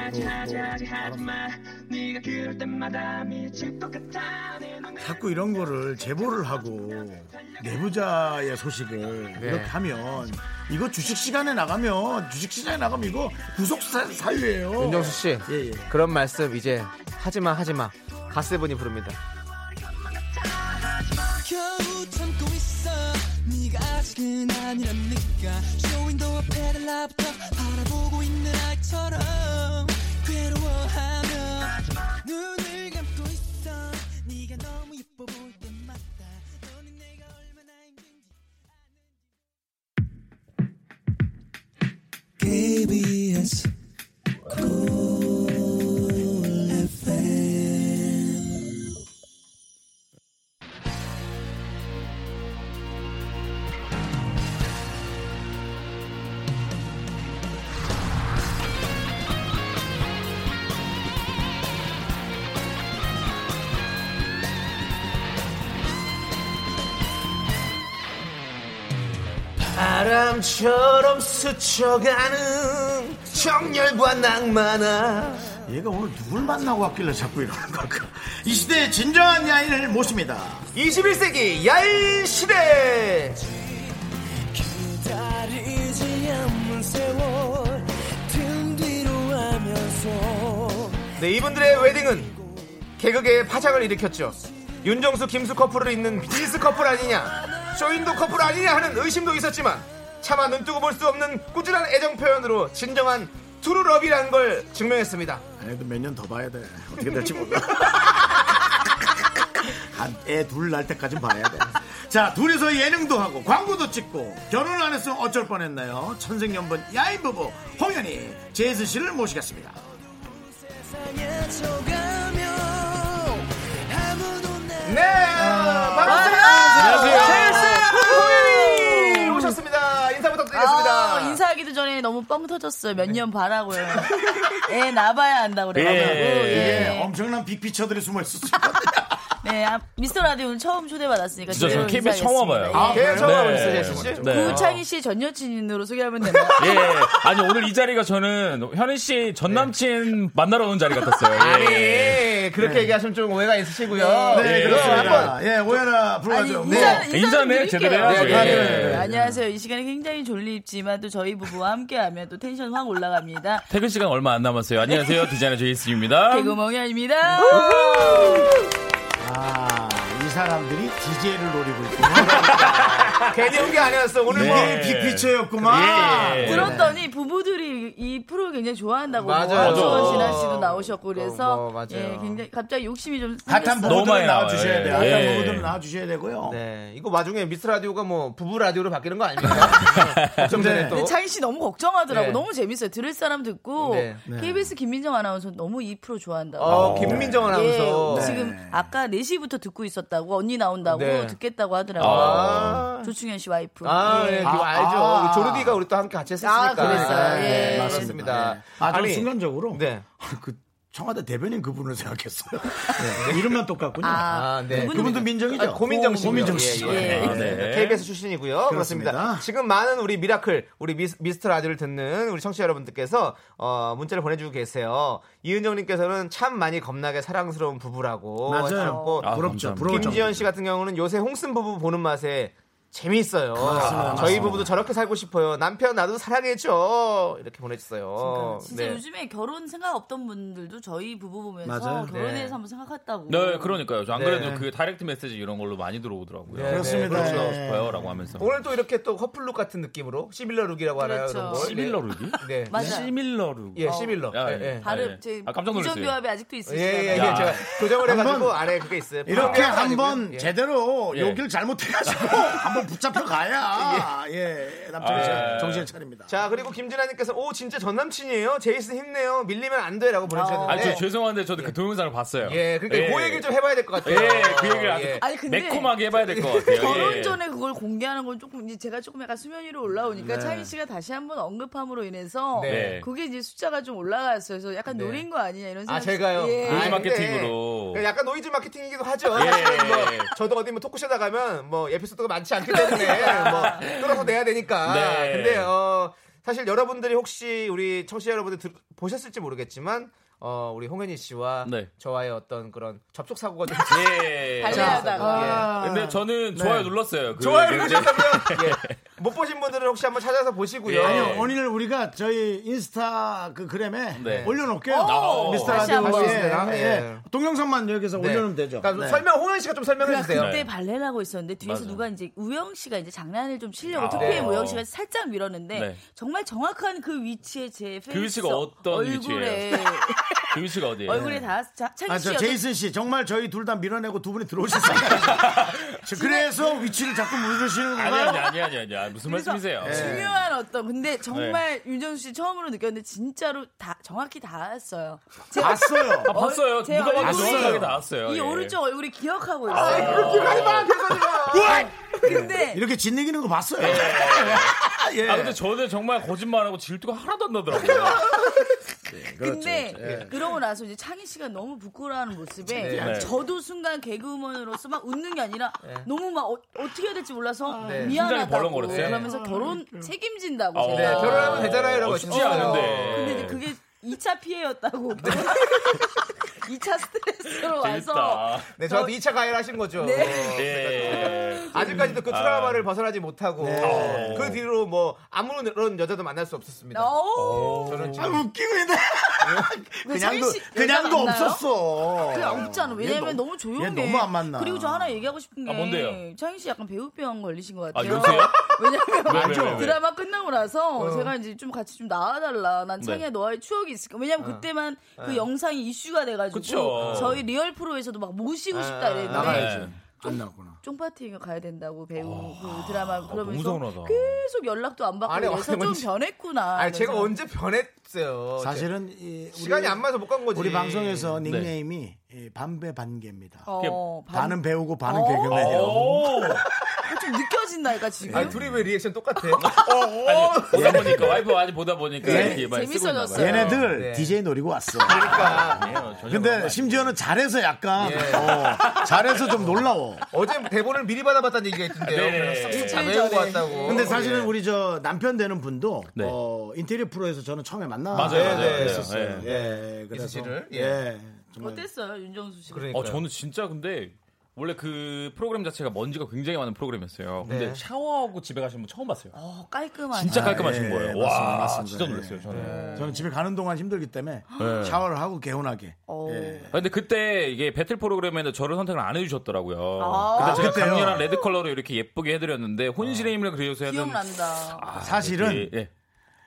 너, 너, 자꾸 이런 거를 제보를 하고 내부자의 소식을
네.
이렇게 하면 이거 주식 시간에 나가면 주식 시간에 나가면 이거 구속 사, 사유예요.
윤정수 씨,
예, 예.
그런 말씀 이제 하지마 하지마 가세븐이 부릅니다.
겨우 참고 있어 네가 아직은 아니랍니까 쇼윈도 앞에 달라붙어 바라보고 있는 아이처럼 괴로워하며 눈을 감고 있어 네가 너무 예뻐 볼 때마다 너는 내가 얼마나 힘든지 KBS 콜 FM
바람처럼 스쳐가는 정열과 낭만아
얘가 오늘 누굴 만나고 왔길래 자꾸 이러는 걸까? 이 시대의 진정한 야인을 모십니다.
21세기 야인 시대
기다리지 않는 세월 등 뒤로 하면서
네 이분들의 웨딩은 개그계에 파장을 일으켰죠 윤정수 김수 커플을 잇는 빈스 커플 아니냐 쇼윈도 커플 아니냐 하는 의심도 있었지만 차마 눈뜨고 볼 수 없는 꾸준한 애정 표현으로 진정한 트루럽이라는 걸 증명했습니다
애도 몇 년 더 봐야 돼. 어떻게 될지 몰라. 한 애 둘 날 때까지 봐야 돼. 자, 둘이서 예능도 하고 광고도 찍고 결혼을 안 했으면 어쩔 뻔했나요? 천생연분 야인 부부 홍현희 제이스 씨를 모시겠습니다.
상해져가며 아무도 내
네, 반갑습니다. 안녕하세요. 제일 쌤, 홍현이 오셨습니다. 인사 부탁드리겠습니다.
아, 인사하기도 전에 너무 뻥 터졌어요.
네.
몇 년 바라고요. 애 나봐야 안다 고 그래가지고.
예,
예.
엄청난 빅피처들이 숨어 있었을
네, 아, 미스터 라디오 오늘 처음 초대받았으니까.
진짜 저는
제대로
KBS 처음
인사하겠습니다.
와봐요.
아,
개 처음
네.
와보셨어요, 제시 씨.
네.
구창희 씨 전 여친으로 소개하면 되나요?
예. 아니 오늘 이 자리가 저는 현희 씨
네.
전남친 만나러 온 자리 같았어요.
아,
예.
아니, 네, 그렇게 얘기하시면 좀 오해가 있으시고요.
네,
예,
그렇습니다. 예, 오해나
아니,
불러줘.
인사,
네. 인사는
인사는
제대로
드릴게요.
해야죠.
예.
네, 안녕하세요. 이 시간에 굉장히 졸립지만 또 저희 부부와 함께하면 또 텐션 확 올라갑니다.
퇴근 시간 얼마 안 남았어요. 안녕하세요.
네.
디자이너 제이슨입니다.
개구멍현입니다.
아, 이 사람들이 DJ를 노리고 있구나.
괜히 온 게 아니었어. 오늘
네.
뭐.
이게 빅피처였구만.
예.
네. 들었더니 부부들이 이 프로를 굉장히 좋아한다고
맞아요.
뭐 진아 씨도 나오셨고
어,
그래서
뭐, 맞아요.
예, 굉장히 갑자기 욕심이 좀
핫한
생겼어요.
너무
부부들은
많이 나와요.
나와주셔야 돼요.
예.
핫한 부부들은 나와주셔야 되고요.
네, 이거 와중에 미스 라디오가 뭐 부부 라디오로 바뀌는 거 아닙니까? 좀 전에 또.
근데 창희 씨 너무 걱정하더라고.
네.
너무 재밌어요. 들을 사람 듣고
네.
KBS 김민정 아나운서 너무 이 프로 좋아한다고.
어, 김민정 아나운서.
예, 지금 아까 4시부터 듣고 있었다고 언니 나온다고
네.
듣겠다고 하더라고요.
아.
조충현 씨 와이프.
아, 예,
예.
그거 알죠.
아.
우리 조르디가 우리 또 함께 같이 했었으니까.
아,
그러니까.
그랬어요.
네,
예.
맞습니다. 네.
아, 저는
아니,
순간적으로
네.
그 청와대 대변인 그분을 생각했어요. 네. 이름만 똑같군요.
아,
아, 네.
그분도 민정이죠?
아, 고민정 씨.
고민정 씨.
예, 예.
예.
아, 네.
KBS 출신이고요. 그렇습니다.
그렇습니다.
지금 많은 우리 미라클, 우리 미스, 터 라디오를 듣는 우리 청취자 여러분들께서 어, 문자를 보내주고 계세요. 이은정님께서는 참 많이 겁나게 사랑스러운 부부라고
맞아요.
하셨고
아,
부럽죠.
감사합니다.
부러울
김지현 씨 같은 경우는 요새 홍슨 부부 보는 맛에 재미있어요. 저희
맞습니다.
부부도 저렇게 살고 싶어요. 남편 나도 사랑해줘. 이렇게 보내주어요. 네.
진짜 요즘에 결혼 생각 없던 분들도 저희 부부 보면서
맞아요.
결혼에 대해서
네.
한번 생각했다고.
네, 그러니까요. 저안
네.
그래도 그 다이렉트 메시지 이런 걸로 많이 들어오더라고요.
네,
그렇습니다.
결혼
네.
하고 싶어요라고 하면서.
오늘 또 이렇게 또 커플룩 같은 느낌으로 시밀러 룩이라고 하나요? 이런
그렇죠.
걸? 네.
시밀러 룩이?
네.
맞아요. 어.
시밀러 룩.
예, 시밀러.
아,
예,
예.
예.
발음,
아, 예.
제
아, 깜짝 놀랐어요.
유전 교합이
예,
아직도
예,
있으시잖아요.
예.
야.
제가 교정을 해가지고
한번
아래 그게 있어요.
이렇게
아니고요.
한번
예.
제대로
예.
욕을 잘못해가지고 한번 한번 붙잡혀 가야 예, 남편이
아,
정신을 차립니다.
자 그리고 김진아님께서 오 진짜 전 남친이에요. 제이슨 힘내요. 밀리면 안 돼라고
아, 저
보내주셨는데.
죄송한데 저도 그 동영상을 봤어요.
네. 예, 그러니까 그 얘기를 좀 해봐야 될 것 같아요.
예, 그 얘기를 아주
예.
아니 근데
매콤하게 해봐야 될 것 같아요. 예.
결혼 전에 그걸 공개하는 건 조금 이제 제가 조금 약간 수면 위로 올라오니까
네.
차인 씨가 다시 한번 언급함으로 인해서
네.
그게 이제 숫자가 좀 올라갔어요. 그래서 약간
네.
노린 거 아니냐 이런
아
생각.
제가요.
예.
노이즈
아,
마케팅으로.
근데 약간 노이즈 마케팅이기도 하죠.
예.
뭐 저도 어디 뭐 토크쇼다 가면 뭐 에피소드가 많지 않기 때문에 뭐 뚫어서 내야 되니까.
네.
근데 어 사실 여러분들이 혹시 우리 청취자 여러분들 들- 보셨을지 모르겠지만 어 우리 홍현희 씨와
네.
저와의 어떤 그런 접촉 사고가 좀
예.
달래하다가.
아,
근데
네.
저는 좋아요 눌렀어요. 그
좋아요를
이제-
누르셨다면 예. 못 보신 분들은 혹시 한번 찾아서 보시고요.
예.
아니요, 오늘 네, 우리가 저희 인스타 그 그램에
네.
올려놓을게요.
오,
미스터
다시
라디오
한번.
예,
예.
예. 동영상만 여기서
네.
올려놓으면 되죠.
그러니까
네.
설명 홍현 씨가 좀 설명해 주세요.
그러니까 그때 발레를 하고 있었는데 뒤에서
네. 맞아요.
누가 이제 우영 씨가 이제 장난을 좀 치려고
아,
특히
네.
우영 씨가 살짝 밀었는데
네.
정말 정확한 그 위치에 제 페이스
위치가 어떤
얼굴에
김윤 씨가 어디에요?
얼굴에 다 자-
아,
창희 씨
저
어떤
제이슨 씨 정말 저희 둘 다 밀어내고 두 분이 들어오셨어요. 저 그래서 위치를 자꾸 물으시는
아니 아니
건가요?
아니 아니 아니, 아니 무슨
그래서 네.
말씀이세요? 네.
중요한 어떤 근데 정말 윤정수 씨 처음으로 느꼈는데 진짜로 다 정확히 닿았어요. 제
봤어요.
아, 봤어요.
제
누가 봐도
얼굴이
정확하게 나왔어요.
이
예.
오른쪽 얼굴이 기억하고 있어요.
네.
근데
이렇게 짓내기는 거 봤어요. 예.
아 근데 저는 정말 거짓말하고 질투가 하나도 안 나더라고요.
근데 그러고 나서 이제 창희 씨가 너무 부끄러워하는 모습에
네.
저도 순간 개그우먼으로서 막 웃는 게 아니라 너무 막 어, 떻게 해야 될지 몰라서
네.
심장이
미안하다고
벌렁거렸어요?
그러면서 결혼 책임진다고 제가.
어.
네, 결혼하면
어,
되잖아요라고
쉽지 않은데.
근데 이제 그게 2차 피해였다고. 2차 스트레스로 와서
재밌다.
네, 저한테 2차 가해를 하신 거죠.
네.
어,
예.
아직까지도 그 트라우마를 벗어나지 못하고
네.
그 뒤로 뭐 아무런 여자도 만날 수 없었습니다.
어우,
저는
아,
지금
웃기는데.
왜 창희
그냥도,
씨 여자
그냥도
만나요?
없었어.
그냥 없잖아.
얘
왜냐면
너-
너무 조용해.
얘 너무 안 만나.
그리고 저 하나 얘기하고 싶은 게
아, 뭔데요?
창희 씨 약간 배우병 걸리신 것
아
같아요.
요새요?
왜냐면
왜, 왜, 왜, 왜?
드라마 끝나고 나서
어.
제가 이제 좀 같이 좀 나와달라. 난 창희야
네.
너와의 추억이 있을까? 왜냐면
어.
그때만 그 영상이 이슈가 돼가지고
그쵸.
저희 리얼 프로에서도 막
아,
모시고 싶다 이랬는데
나가야죠.
안 나왔구나.
쫑파티 가야 된다고 배우
어.
그 드라마
너무
그러면서
서운하다.
계속 연락도 안 받고
아니,
그래서 좀
언제-
변했구나.
아니 제가
그래서
언제 변했어요. 네.
사실은 이 우리-
시간이 안 맞아서 못 간 거지.
우리 방송에서 닉네임이 이 반배 반개입니다.
어, 반-
반은 배우고 반은
어?
개그맨이라고.
오.
좀 느껴진다니까 지금.
아니, 둘이 왜 리액션 똑같아?
아니, 보다 보니까 와이프 많이 보다 보니까
예.
이렇게 많이 쓰고 있나
어! 재밌어졌어요.
봐요.
얘네들
네.
DJ 노리고 왔어.
그러니까
아니에요, 전혀 그런 거
근데
아니에요.
심지어는 잘해서 약간
예.
어, 잘해서 좀 놀라워.
어제 대본을 미리 받아봤다는 얘기가 있던데요.
네.
그래서 쓱쓱 다
일주일
외우고
전에.
왔다고.
근데 사실은
예.
우리 저 남편 되는 분도
네.
어, 인테리어 프로에서 저는 처음에 만나
맞아요, 예.
맞아요, 맞아요.
있었어요. 예, 그래서
씨를? 예.
예, 정말
어땠어요, 윤정수 씨?
그러니까
어, 저는 진짜 근데 원래 그 프로그램 자체가 먼지가 굉장히 많은 프로그램이었어요. 근데
네.
샤워하고 집에 가신 분 처음 봤어요.
어, 깔끔한.
진짜 깔끔하신
예,
거예요.
맞습니다,
와,
맞습니다.
진짜
예.
놀랐어요, 저는.
저는 집에 가는 동안 힘들기 때문에 샤워를 하고 개운하게.
어.
예.
아, 근데 그때 이게 배틀 프로그램에는 저를 선택을 안 해주셨더라고요.
어,
아.
근데 제가
그때요? 아.
강렬한 레드 컬러로 이렇게 예쁘게 해드렸는데 혼신의 힘을 그려서 해야 되는
기억난다.
아,
사실은
이렇게, 예.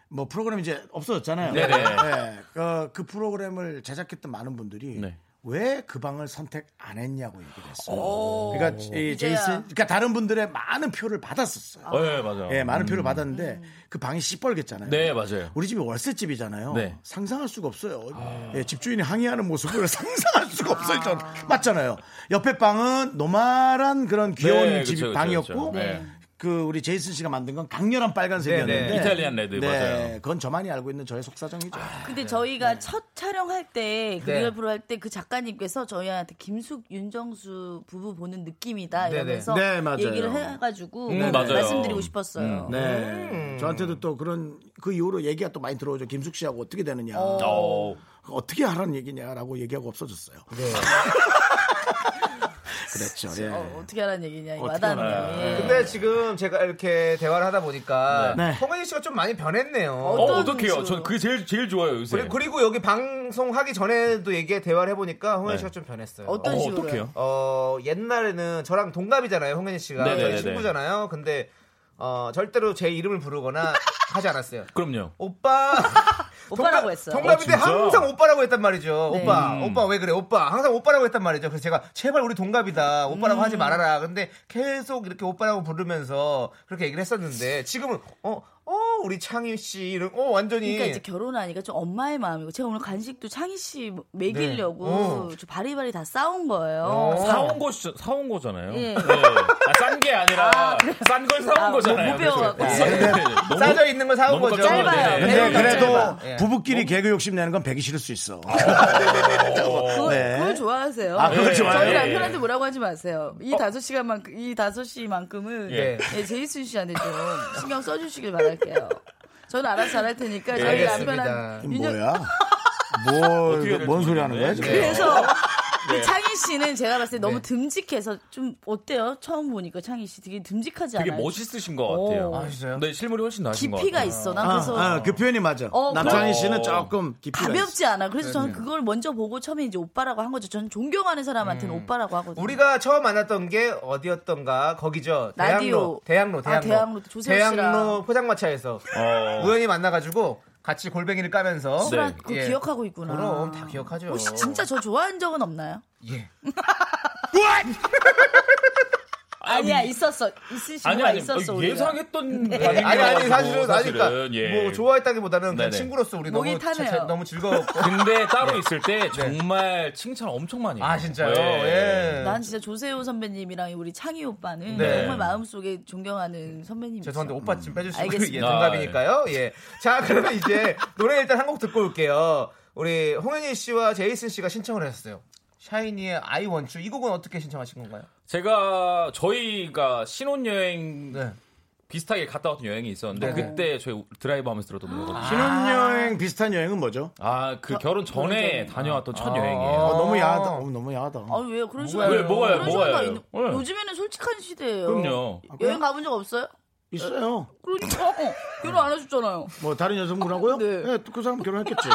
뭐 프로그램 이제 없어졌잖아요.
네네.
예, 그, 그 프로그램을 제작했던 많은 분들이
네.
왜 그 방을 선택 안 했냐고 얘기를 했어요. 그러니까 이
이제야.
제이슨, 그러니까 다른 분들의 많은 표를 받았었어요.
예, 맞아요.
예, 많은 표를 받았는데 그 방이 시뻘겠잖아요.
네, 맞아요.
우리 집이 월세집이잖아요.
네. 아.
상상할 수가 없어요. 예, 집주인이 항의하는 모습을 상상할 수가 없어요. 저는. 맞잖아요. 옆에 방은 노말한 그런 귀여운
네,
집
그쵸, 그쵸,
방이었고
그쵸. 네.
그 우리 제이슨 씨가 만든 건 강렬한 빨간색이었는데
네, 네.
이탈리안 레드, 맞아요. 아,
그건 저만이 알고 있는 저의 속사정이죠.
근데 저희가 첫 촬영할 때, 그
네.
리얼 프로 할 때 그 작가님께서 저희한테 김숙, 윤정수 부부 보는 느낌이다
네네.
이러면서
네, 맞아요.
얘기를 해가지고 네,
음, 맞아요.
말씀드리고 싶었어요.
네.
음.
저한테도 또 그런 그 이후로 얘기가 또 많이 들어오죠. 김숙 씨하고 어떻게 되느냐.
어.
어떻게 하라는 얘기냐라고 얘기하고 없어졌어요.
네.
그랬죠. 예.
그렇죠.
어, 어떻게 하라는 얘기냐, 이거
어떻게
와닿네요. 예.
근데 지금 제가 이렇게 대화를 하다 보니까
네. 네.
홍현희 씨가 좀 많이 변했네요.
어,
어떤
어떡해요?
식으로?
전 그게 제일, 제일 좋아요, 요새.
그리- 그리고 여기 방송하기 전에도 얘기 대화를 해보니까 홍현
네.
씨가 좀 변했어요.
어떤
어,
식으로?
어떡해요?
어, 옛날에는 저랑 동갑이잖아요, 홍현희 씨가
네네네네.
저희 친구잖아요. 근데 어, 절대로 제 이름을 부르거나 하지 않았어요.
그럼요.
오빠
오빠라고 했어요.
동갑인데
어, 진짜? 음.
항상 오빠라고 했단 말이죠.
네.
오빠, 오빠 왜 그래? 오빠 항상 오빠라고 했단 말이죠. 그래서 제가 제발 우리 동갑이다.
음.
오빠라고 하지 말아라. 근데 계속 이렇게 오빠라고 부르면서 그렇게 얘기를 했었는데 지금은 어, 어 우리 창희 씨 이런 어 완전히
그러니까 이제 결혼하니까 좀 엄마의 마음이고 제가 오늘 간식도 창희 씨
네.
먹이려고
어.
저 바리바리 다 싸온 거예요. 뭐
어.
사온 거 사온 거잖아요.
예.
싼 게 아니라 싼 걸 사온
아, 못-
거잖아요.
못 배워갖고.
그래서. 예. 너무-
싸져 있는 건 사온
너무
거죠.
깜짝 놀랐네.
짧아요.
근데
배우가
그래도
짧아.
예.
뭐?
부부끼리 개그 욕심 내는 건 배기 싫을 수 있어.
아,
그거,
네.
그거 좋아하세요. 네.
아, 그거 좋아해요?
저희
예.
남편한테 뭐라고 하지 마세요. 이 다섯 시간만 이 다섯 시만큼은
예.
예. 제이슨 씨한테 좀 신경 써주시길 바랄게요. 저는 알아서 잘할 테니까 저희
알겠습니다.
남편한
이게
윤정-
뭐야? 뭘,
어떻게 해야
뭔
될지
소리 하는 거야, 지금?
모르겠네.
그래서 이 창희 씨는 제가 봤을 때 너무 듬직해서 좀 어때요? 처음 보니까 창희 씨 되게 듬직하지
되게
않아요?
멋있으신 것 같아요.
오.
아, 진짜요?
네, 실물이 훨씬 나으신 것 같아요.
깊이가 있어. 난
아,
그래서
아, 그 표현이 맞아.
어,
남창희
그럼-
씨는 조금 깊이가
가볍지 않아. 그래서 저는 그걸 먼저 보고 처음에 이제 오빠라고 한 거죠. 저는 존경하는 사람한테는 오빠라고 하거든요.
우리가 처음 만났던 게 어디였던가 거기죠.
라디오.
대학로, 대학로, 대학로,
아, 대학로 때 조세호 씨랑.
대학로 포장마차에서
어.
우연히 만나가지고 같이 골뱅이를 까면서
술한-
네.
어? 그거
예.
기억하고 있구나.
그럼 다 기억하죠.
어, 씨, 진짜 저 좋아한 적은 없나요?
예.
아니야 예, 있었어. 있으신
아니,
거가
아니,
있었어.
어,
우리가. 네.
예상했던
뭐 예,
반응이어가지고,
아니 아니 사실은
사실은.
아니까
예.
뭐 좋아했다기보다는 그냥
네네.
친구로서 우리
목이
너무 자-
타네요.
자- 너무 즐거웠고
근데 따로 있을 때 정말 칭찬 엄청 많이 해요.
아 진짜요.
예.
예.
난 진짜 조세호 선배님이랑 우리 창희 오빠는
네.
정말 마음속에 존경하는 선배님.
죄송한데 오빠 좀 빼주시고
알겠습니다.
예, 동갑이니까요. 예. 자 그러면 이제 노래 일단 한 곡 듣고 올게요. 우리 홍현희 씨와 제이슨 씨가 신청을 하셨어요. 샤이니의 I Want You 이 곡은 어떻게 신청하신 건가요?
제가 저희가 신혼여행
네.
비슷하게 갔다 왔던 여행이 있었는데 그때 저희 드라이브 하면서 들었던 노래가
신혼여행 비슷한 여행은 뭐죠?
아그 결혼 전에 다녀왔던 첫 여행이에요.
어, 너무 야하다. 어, 너무 야하다.
아 왜요? 그런 식으로
네,
왜 먹어요?
그런 식으로 다
먹어요.
있는-
네.
요즘에는 솔직한 시대예요.
아, 그럼요.
여행 가본 적 없어요?
있어요.
그러니까 어, 결혼 안 하셨잖아요.
뭐 다른 여성분하고요?
네.
네, 그 사람 결혼했겠지.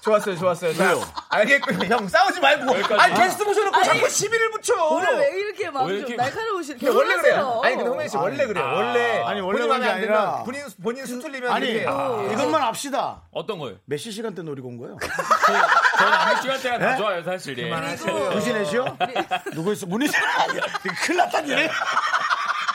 좋았어요, 좋았어요. 자,
왜요?
알겠고요. 형 싸우지 말고. 아니 게스트 모셔놓고 자꾸 시비를 붙여.
오늘 왜 이렇게 막
어,
왜
좀
이렇게-
날카로우실까? 어.
근데 네, 원래 그래요. 아니 근데 홍현 씨 원래 그래요. 원래
아니, 원래
본인
그런
마음에
게
안
아니라
들면 본인 본인 수 틀리면
아니,
이렇게
이것만 합시다.
어떤 거예요?
몇 시 시간 때 노리고 온 거예요?
저- 저는 아무 시간대가 다 좋아요 사실. 예.
네.
네, 문신혜 씨요? 누구였어? 문희재? 큰일 났다, 니네.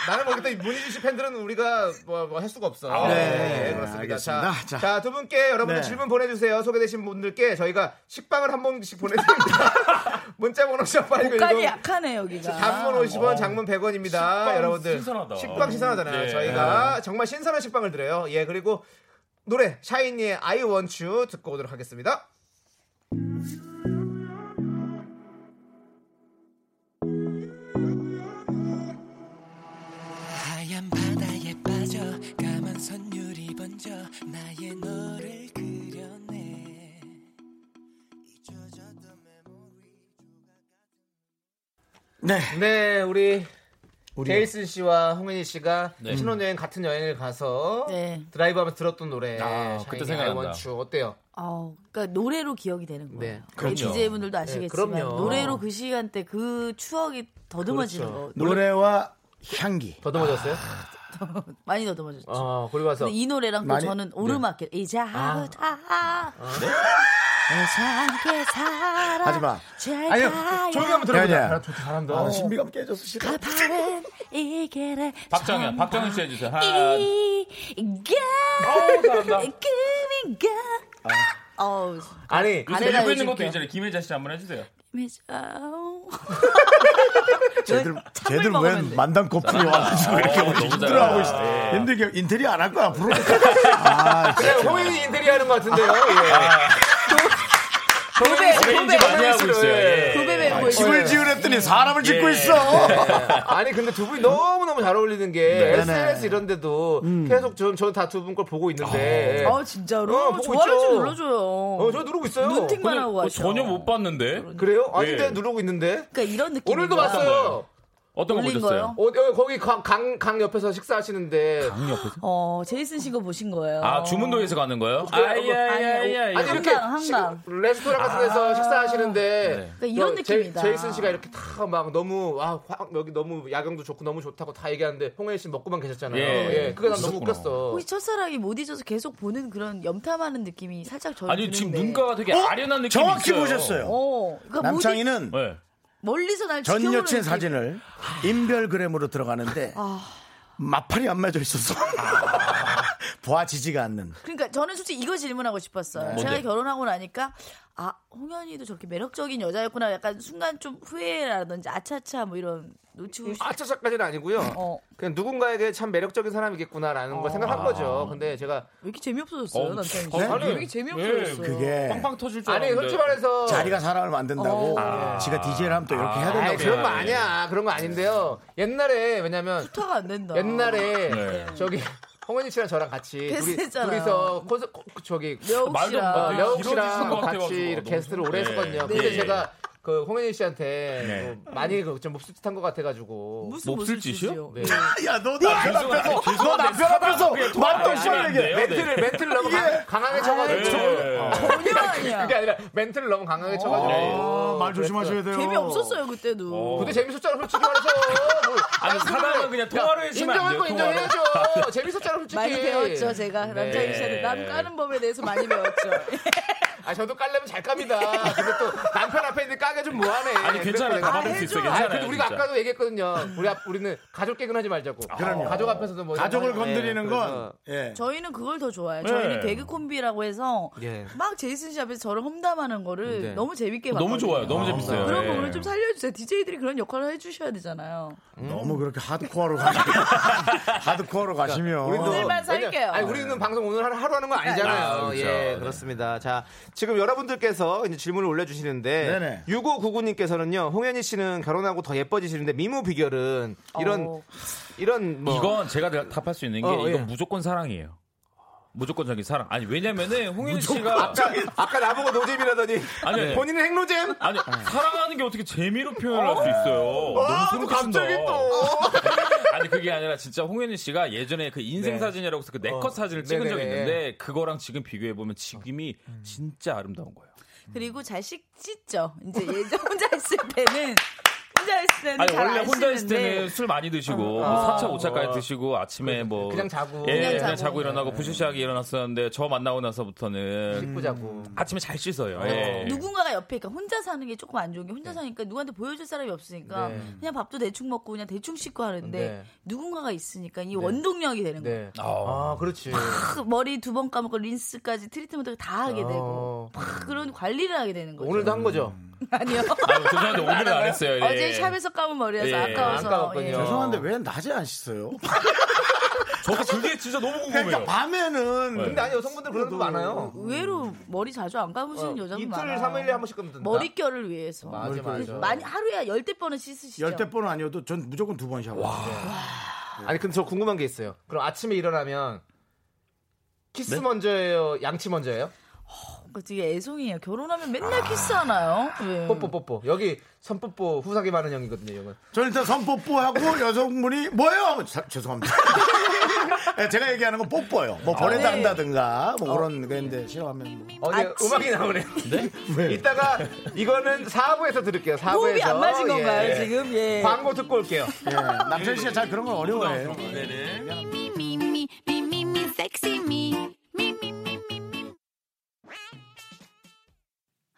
나는 모르겠다. 이 문희준 씨 팬들은 우리가 뭐, 뭐할 수가 없어. 예,
네. 알겠습니다.
자,
자.
자, 두 분께
네.
여러분들 질문 보내주세요. 소개되신 분들께 저희가 식빵을 한 번씩 보내드립니다. 문자번호 샵
옷감이
8910.
약하네 여기가.
단문
아, 어.
50원, 장문 100원입니다. 여러분들.
신선하다.
식빵 신선하잖아요.
네.
예.
저희가 정말 신선한 식빵을 드려요. 예, 그리고 노래 샤이니의 I Want You 듣고 오도록 하겠습니다.
하얀 바다에 빠져 까만 선율이 번져 나의 너를 그려내 잊혀졌던 메모리
네.
네, 우리
우리
제이슨 씨와 홍현희 씨가
네.
신혼여행 같은 여행을 가서
네.
드라이브하면서 들었던 노래
아,
샤이니의
그때
I
생각난다.
Want You 어때요?
어, 그러니까 노래로 기억이 되는 거예요.
네,
그럼요.
DJ분들도 아시겠지만
네, 그럼요.
노래로 그 시간 때 그 추억이 더듬어지는
그렇죠.
거
노래와 향기.
더듬어졌어요?
아,
많이 더듬어졌죠.
어, 그리고 와서
근데 이 노래랑 또
많이-
네.
저는 오르막길
아.
이제 하루 다 예상게 살아
하지 마.
아니요,
제가
조용히 한번 들어보자.
야, 야.
아, 좋다, 잘한다.
아, 신비감 깨졌어, 싫어.
바른 이 길을
박정현, 박정현 씨 해주세요. 한.
이가
어우, 잘한다.
꿈인가 어우
아. 아니,
요즘
아내가
읽고 있는 것도
해줄게요.
괜찮아요. 김혜자 씨 한번 해주세요.
미자오
쟤들,
참을
쟤들 왜
먹으면 돼.
만담 커플이 와가지고 이렇게
아, 너무 네.
힘들어하고 있어.
잘한다.
힘들게 인테리어 안 할 거야, 앞으로. 아, 진짜.
그냥 홍현이 인테리어 하는 것
아.
같은데요. 예.
도배
어메인지 많이
도배
하고 있어요. 예.
도배 왜 보이죠?
집을 지으랬더니 사람을 짓고 있어.
아니 근데 두 분이 너무 너무 잘 어울리는 게
네.
SNS 이런데도
음.
계속 저는 다 두 분 걸 보고 있는데.
아 진짜로
어, 보고
좋아요
있죠.
좀 눌러줘요.
어, 저 누르고 있어요.
눈팅만
근데
하고
뭐
하죠.
전혀 못 봤는데.
그래요? 아닌데
예. 아,
누르고 있는데.
그러니까 이런 느낌.
오늘도 봤어요.
어떤 거
올린 거요?
보셨어요?
어, 어, 거기 강, 강, 강 옆에서 식사하시는데.
네. 강 옆에서.
어, 제이슨 씨거 보신 거예요.
아 주문도에서 가는 거요? 아,
어, 어,
아야야야야.
네.
아니, 이렇게
한강,
식-
한강.
레스토랑 같은 데서 식사하시는데.
그러니까 이런
너 제-
느낌이다.
제이슨 씨가 이렇게 다 막 너무 아 화- 여기 너무 야경도 좋고 너무 좋다고 다 얘기하는데 홍혜 씨 먹고만 계셨잖아요.
예.
예, 그게 난 너무
그러셨구나.
웃겼어.
혹시 첫사랑이 못 잊어서 계속 보는 그런 염탐하는 느낌이 살짝 저는
아니 지금
드는데.
눈가가 되게
어?
아련한 느낌이
정확히
있어요.
보셨어요.
어, 그러니까 못
남창희는
네.
잊- 멀리서 날
전
지켜보는 그-
여친
느낌.
사진을 인별그램으로 들어가는데
아.
마팔이 안 맞아 있어서 보아지지가 않는.
그러니까 저는 솔직히 이거 질문하고 싶었어요.
네. 뭔데?
제가 결혼하고 나니까 아 홍현이도 저렇게 매력적인 여자였구나. 약간 순간 좀 후회라든지 아차차 뭐 이런 놓치고 싶.
아차차까지는 아니고요.
어.
그냥 누군가에게 참 매력적인 사람이겠구나라는 걸 생각한 거죠. 근데 제가
왜 이렇게 재미없어졌어요,
어,
남편이?
어,
왜
아니,
이렇게 재미없어졌어요? 어.
그게
빵빵 터질 줄
아니
알았는데.
솔직히 말해서
자리가 사람을 만든다고
아.
지가 DJ를 하면 또 이렇게 해야
아이,
된다고.
그런 거 아니야. 그런 거 아닌데요. 옛날에 왜냐면
타가 안 된다.
옛날에
네.
저기 홍은희 씨랑 저랑 같이 둘이,
했었잖아요.
둘이서 콘서 코- 저기
여욱
말도 안
어,
씨랑
돼요.
여욱
길어지신 것
씨랑
같아가지고
같이
너무
게스트를
좀-
오래
네.
했었거든요.
네.
근데
예,
제가 그 홍은희 씨한테
네.
뭐 많이 그좀 몹쓸짓한 것 같아가지고
무슨
몹쓸
모습 짓이요?
짓이요?
네.
야, 너 남편
죄송한데,
앞에서, 너
죄송한데
남편 앞에서 맞던
아니,
시험 얘기해.
아니에요.
멘트를 멘트를 너무 강- 강하게 쳐가지고
예. 네.
어.
전혀 아니야.
그게 아니라 멘트를 너무 강하게 쳐가지고
네.
아, 말 조심하셔야 돼요.
재미없었어요 그때도.
근데 재밌었잖아 솔직히 말해서 뭐,
아니,
아니,
사람은 그냥 통화로 해주면 안
인정할
돼요.
거
통화로.
인정해야죠 재밌었잖아 솔직히
많이 배웠죠 제가 남창희 씨한테 남 까는 법에 대해서 많이 배웠죠.
아 저도 깔려면 잘 깝니다 근데 또 남편 앞에 있는 까게 좀 뭐하네
아니 괜찮아요.
그래서 내가-
다 받을 수
해줘요.
있어요.
아,
괜찮아요.
근데 우리가
진짜. 아,
아까도 얘기했거든요. 우리 앞, 우리는 가족 개근 하지 말자고.
그럼요.
가족 앞에서도 뭐
가족을
하지 말고.
건드리는
예,
건,
그래서
예.
저희는 그걸 더 좋아해요.
네.
저희는 개그 콤비라고 해서
예.
막 제이슨 씨 앞에서 저를 험담하는 거를
네.
너무 재밌게 봤거든요.
너무 좋아요. 너무 재밌어요.
그런
예.
부분을 좀 살려주세요. DJ들이 그런 역할을 해주셔야 되잖아요.
음. 너무 그렇게 하드코어로 가시면. 하드코어로 가시면.
왜냐-
오늘만 살게요.
아니, 우리는 방송 오늘 하루, 하루 하는 건 아니잖아요.
아, 그렇죠.
예,
네.
그렇습니다. 자, 지금 여러분들께서 이제 질문을 올려주시는데,
네네.
6599님께서는요, 홍현희 씨는 결혼하고 더 예뻐지시는데, 미모 비결은 이런,
어.
이런 뭐.
이건 제가 대- 답할 수 있는 게
어, 예.
이건 무조건 사랑이에요. 무조건적인 사랑. 아니 왜냐면은 홍윤 씨가
아까, 아까 나보고 노잼이라더니,
아니, 아니.
본인은 핵노잼?
아니 사랑하는 게 어떻게 재미로 표현할 수 있어요.
아,
너무
또
생각한다.
갑자기 또.
아니 그게 아니라 진짜 홍현희 씨가 예전에 그 인생 사진이라고 해서 그 네컷 사진을 찍은 적이
네네네.
있는데 그거랑 지금 비교해 보면 지금이 진짜 아름다운 거예요.
그리고 잘식 찢죠. 이제 예전 혼자 있을 때는 혼자 있을 때는
아니
잘안
원래 혼자 있을
씻는데 어.
때는 술 많이 드시고 뭐 4차 5차까지 드시고 아침에 뭐
어. 그러니까. 그냥 자고. 네.
예,
그냥 자고.
그냥, 자고, 일어나고 부시시하게 일어났었는데 저 만나고 나서부터는
예쁘자고.
아침에 잘 씻어요. 예.
누군가가 옆에 그러니까 혼자 사는 게 조금 안 좋은 게 혼자 사니까 누구한테 보여줄 사람이 없으니까
네.
그냥 밥도 대충 먹고 그냥 대충 씻고 하는데
네.
누군가가 있으니까 이 원동력이 되는 거예요.
네. 아, 그렇지.
팍 머리 두 번 감고 린스까지 트리트먼트 다 하게 되고
어.
팍 그런 관리를 하게 되는 거죠.
오늘도 한 거죠.
아니요.
아, 죄송한데 오늘은 안 했어요. 예.
어제 샵에서 감은 머리라서
예,
아까워서
아까웠군요.
예.
죄송한데 왜 낮에 안 씻어요?
저도 그게 진짜 너무 궁금해요.
아, 그러니까 밤에는.
근데 아니, 여성분들 그런 분 많아요. 어,
의외로 머리 자주 안 감으시는 여자분
이틀,
많아요.
3일에 한 번씩 끊는다.
머릿결을 위해서
맞아, 맞아.
많이 하루에 열대 번은 씻으시죠.
열대 번은 아니어도 전 무조건 두 번 네. 샤워.
아니 근데 저 궁금한 게 있어요. 그럼 아침에 일어나면 키스 먼저예요, 양치 먼저예요?
그거 되게 애송이에요. 결혼하면 맨날 키스하나요? 예.
뽀뽀 뽀뽀. 여기 선뽀뽀 후사기 많은 형이거든요, 형은.
저는 일단 선뽀뽀하고 여성분이 뭐예요? 하면 자- 죄송합니다. 네, 제가 얘기하는 건 뽀뽀요. 뭐
네.
보내다 한다든가 뭐 그런 건데 싫어하면 뭐.
어, 이제
아침.
음악이 나오네.
왜?
이따가 이거는 4부에서 들을게요. 4부에서.
호흡이 안 맞은 건가요 지금? 예.
광고 듣고 올게요.
예, 남편 씨가 잘 그런 걸 어려워해요.
me, me, me, me, me, me, sexy me. Me, me, me, me, me.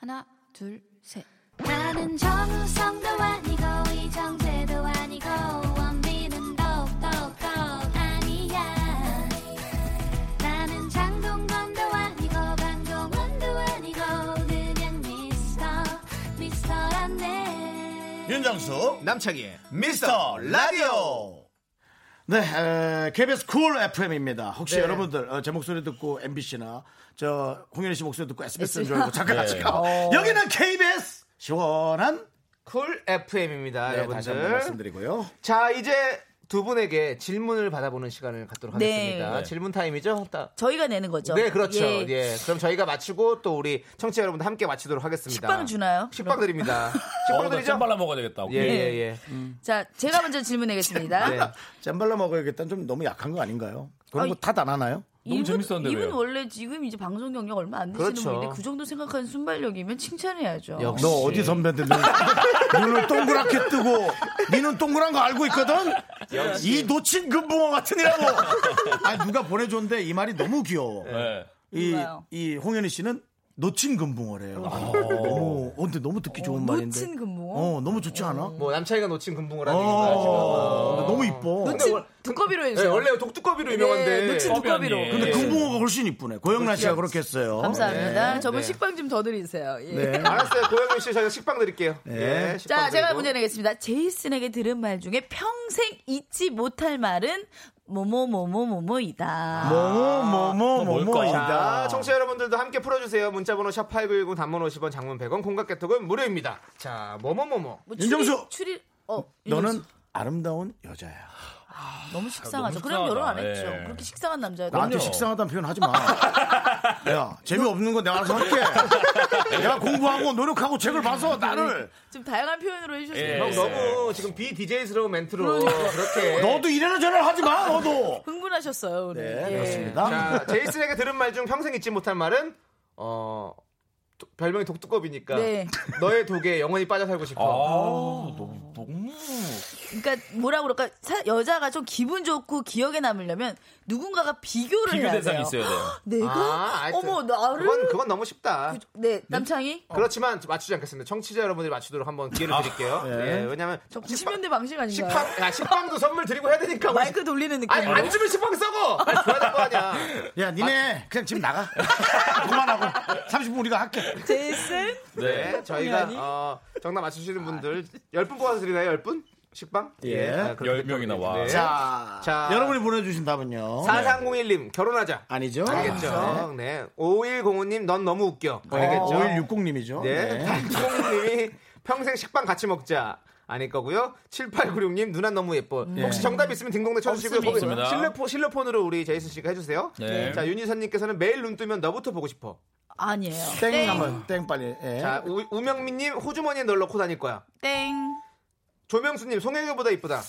하나 둘 셋.
나는 정우성도 아니고 이정재도 아니고 원빈은 더욱더 아니야 나는 장동건도 아니고 강동원도 아니고 그냥 미스터 미스터란데
윤정수
남창희의
미스터 라디오. 네, 에, KBS 쿨 FM입니다. 혹시
네.
여러분들 어, 제 목소리 듣고 MBC나 저 홍현희 씨 목소리 듣고 SBS인 줄 알고 잠깐 같이 가.
어.
여기는 KBS 시원한
쿨 FM입니다,
네, 다시 한번
아, 여러분들.
말씀드리고요.
자, 이제 두 분에게 질문을 받아보는 시간을 갖도록
네.
하겠습니다.
네.
질문 타임이죠? 따-
저희가 내는 거죠.
네, 그렇죠.
예.
예. 그럼 저희가 마치고 또 우리 청취자 여러분들 함께 마치도록 하겠습니다.
식빵 주나요?
식빵 드립니다. 식빵
어,
드리죠?
잼발라 먹어야 되겠다.
예,
네.
예,
자, 제가 먼저 질문하겠습니다.
예. 네.
잼발라 먹어야겠다는 좀 너무 약한 거 아닌가요? 그런
아니,
거 탓 안 하나요?
너무 재밌었는데
이분
왜요?
원래 지금 이제 방송 경력 얼마 안 되시는
그렇죠.
분인데 그 정도 생각하는 순발력이면 칭찬해야죠.
역시.
너 어디 선배인데 눈, 눈을 동그랗게 뜨고 니는 동그란 거 알고 있거든? 이 놓친 그 금붕어 같으니라고 아니 누가 보내줬는데 이 말이 너무 귀여워
네.
이,
누가요?
이 홍현희 씨는 놓친 금붕어래요 너무, 어, 근데 너무 듣기 좋은 말인데
놓친 그 뭐? 금붕어?
어, 너무 좋지 않아?
뭐 남창이가 놓친 금붕어라는 얘기인가 지금.
어, 근데 너무 이뻐
놓친
원-
두꺼비로
네,
해주세요.
원래 독두꺼비로 유명한데.
네, 놓친 두꺼비로.
아니에요.
근데
예.
금붕어가 훨씬 이쁘네 고영란 씨가 그렇겠어요
감사합니다.
네.
저분
네.
식빵 좀 더 드리세요. 예.
네.
알았어요. 고영민 씨 저희가 식빵 드릴게요.
네.
예, 식빵
자, 제가
드리고.
문제 내겠습니다. 제이슨에게 들은 말 중에 평생 잊지 못할 말은 뭐뭐뭐뭐뭐뭐이다.
아, 뭐뭐뭐뭐뭐이다
자, 청취자 여러분들도 함께 풀어주세요. 문자번호 샵8910 단문 50원 장문 100원 공각개톡은 무료입니다. 자, 뭐뭐뭐뭐.
뭐
윤정수!
추리, 추리- 어,
너는
윤정수.
아름다운 여자야
너무 식상하죠.
너무
그럼
식상하다.
결혼 안 했죠.
예.
그렇게 식상한 남자야.
나한테
그럼요.
식상하다는 표현 하지 마. 야, 재미없는 건 내가 알아서 할게. 내가 공부하고 노력하고 책을 봐서 나를.
좀 다양한 표현으로 해주셨어요.
예.
형, 너무 지금 비디제이스러운 멘트로
그러니까.
그렇게.
너도 이래라 저래라 하지 마, 너도.
흥분하셨어요. 오늘.
네,
예.
그렇습니다.
자, 제이슨에게 들은 말 중 평생 잊지 못할 말은, 어, 도- 별명이 독두꺼비니까.
네.
너의 독에 영원히 빠져 살고
아,
싶어.
너무 너무
그러니까 뭐라 그럴까 사- 여자가 좀 기분 좋고 기억에 남으려면 누군가가 비교를
비교
해야
대상이
돼요.
있어야 돼요.
내가
아, 하여튼
어머 나를
그건, 그건 너무 쉽다.
그- 네 남창이
어. 그렇지만 맞추지 않겠습니다. 청취자 여러분들이 맞추도록 한번 기회를
아.
드릴게요.
네.
예, 왜냐면
저 90년대 방식 아닌가요?
식빵, 야, 식빵도 선물 드리고 해야 되니까. 우리
마이크 돌리는 느낌.
아니 안 주면 식빵 싸고 아니, 줘야 될 거 아니야.
야, 니네 그냥 집 나가. 그만하고. 30분 우리가 할게.
제이슨
네, 저희가
아니.
어, 정답 맞추시는 분들 10분 뽑아서 드리나요? 10분? 식빵? 아,
예.
그렇게
10명이나
드리겠습니다.
와.
네.
자,
자.
여러분이 보내주신 답은요.
4301님 결혼하자.
아니죠? 어,
알겠죠? 네. 5105님 넌 너무 웃겨. 알겠죠?
5160님이죠.
네. 단종님이 평생 식빵 같이 먹자. 아닐 거고요. 7896님 누나 너무 예뻐. 혹시 정답 있으면 딩동댕 쳐주시고요. 거기
없습니다.
실로폰 실로폰으로 우리 제이슨 씨가 해주세요.
네.
자 윤희선님께서는 매일 눈 뜨면 너부터 보고 싶어.
아니에요. 네.
땡 한번, 땡 빨리. 예.
자 우, 우명민님 호주머니에 널 넣고 다닐 거야.
땡.
조명수님 송혜교보다 이쁘다.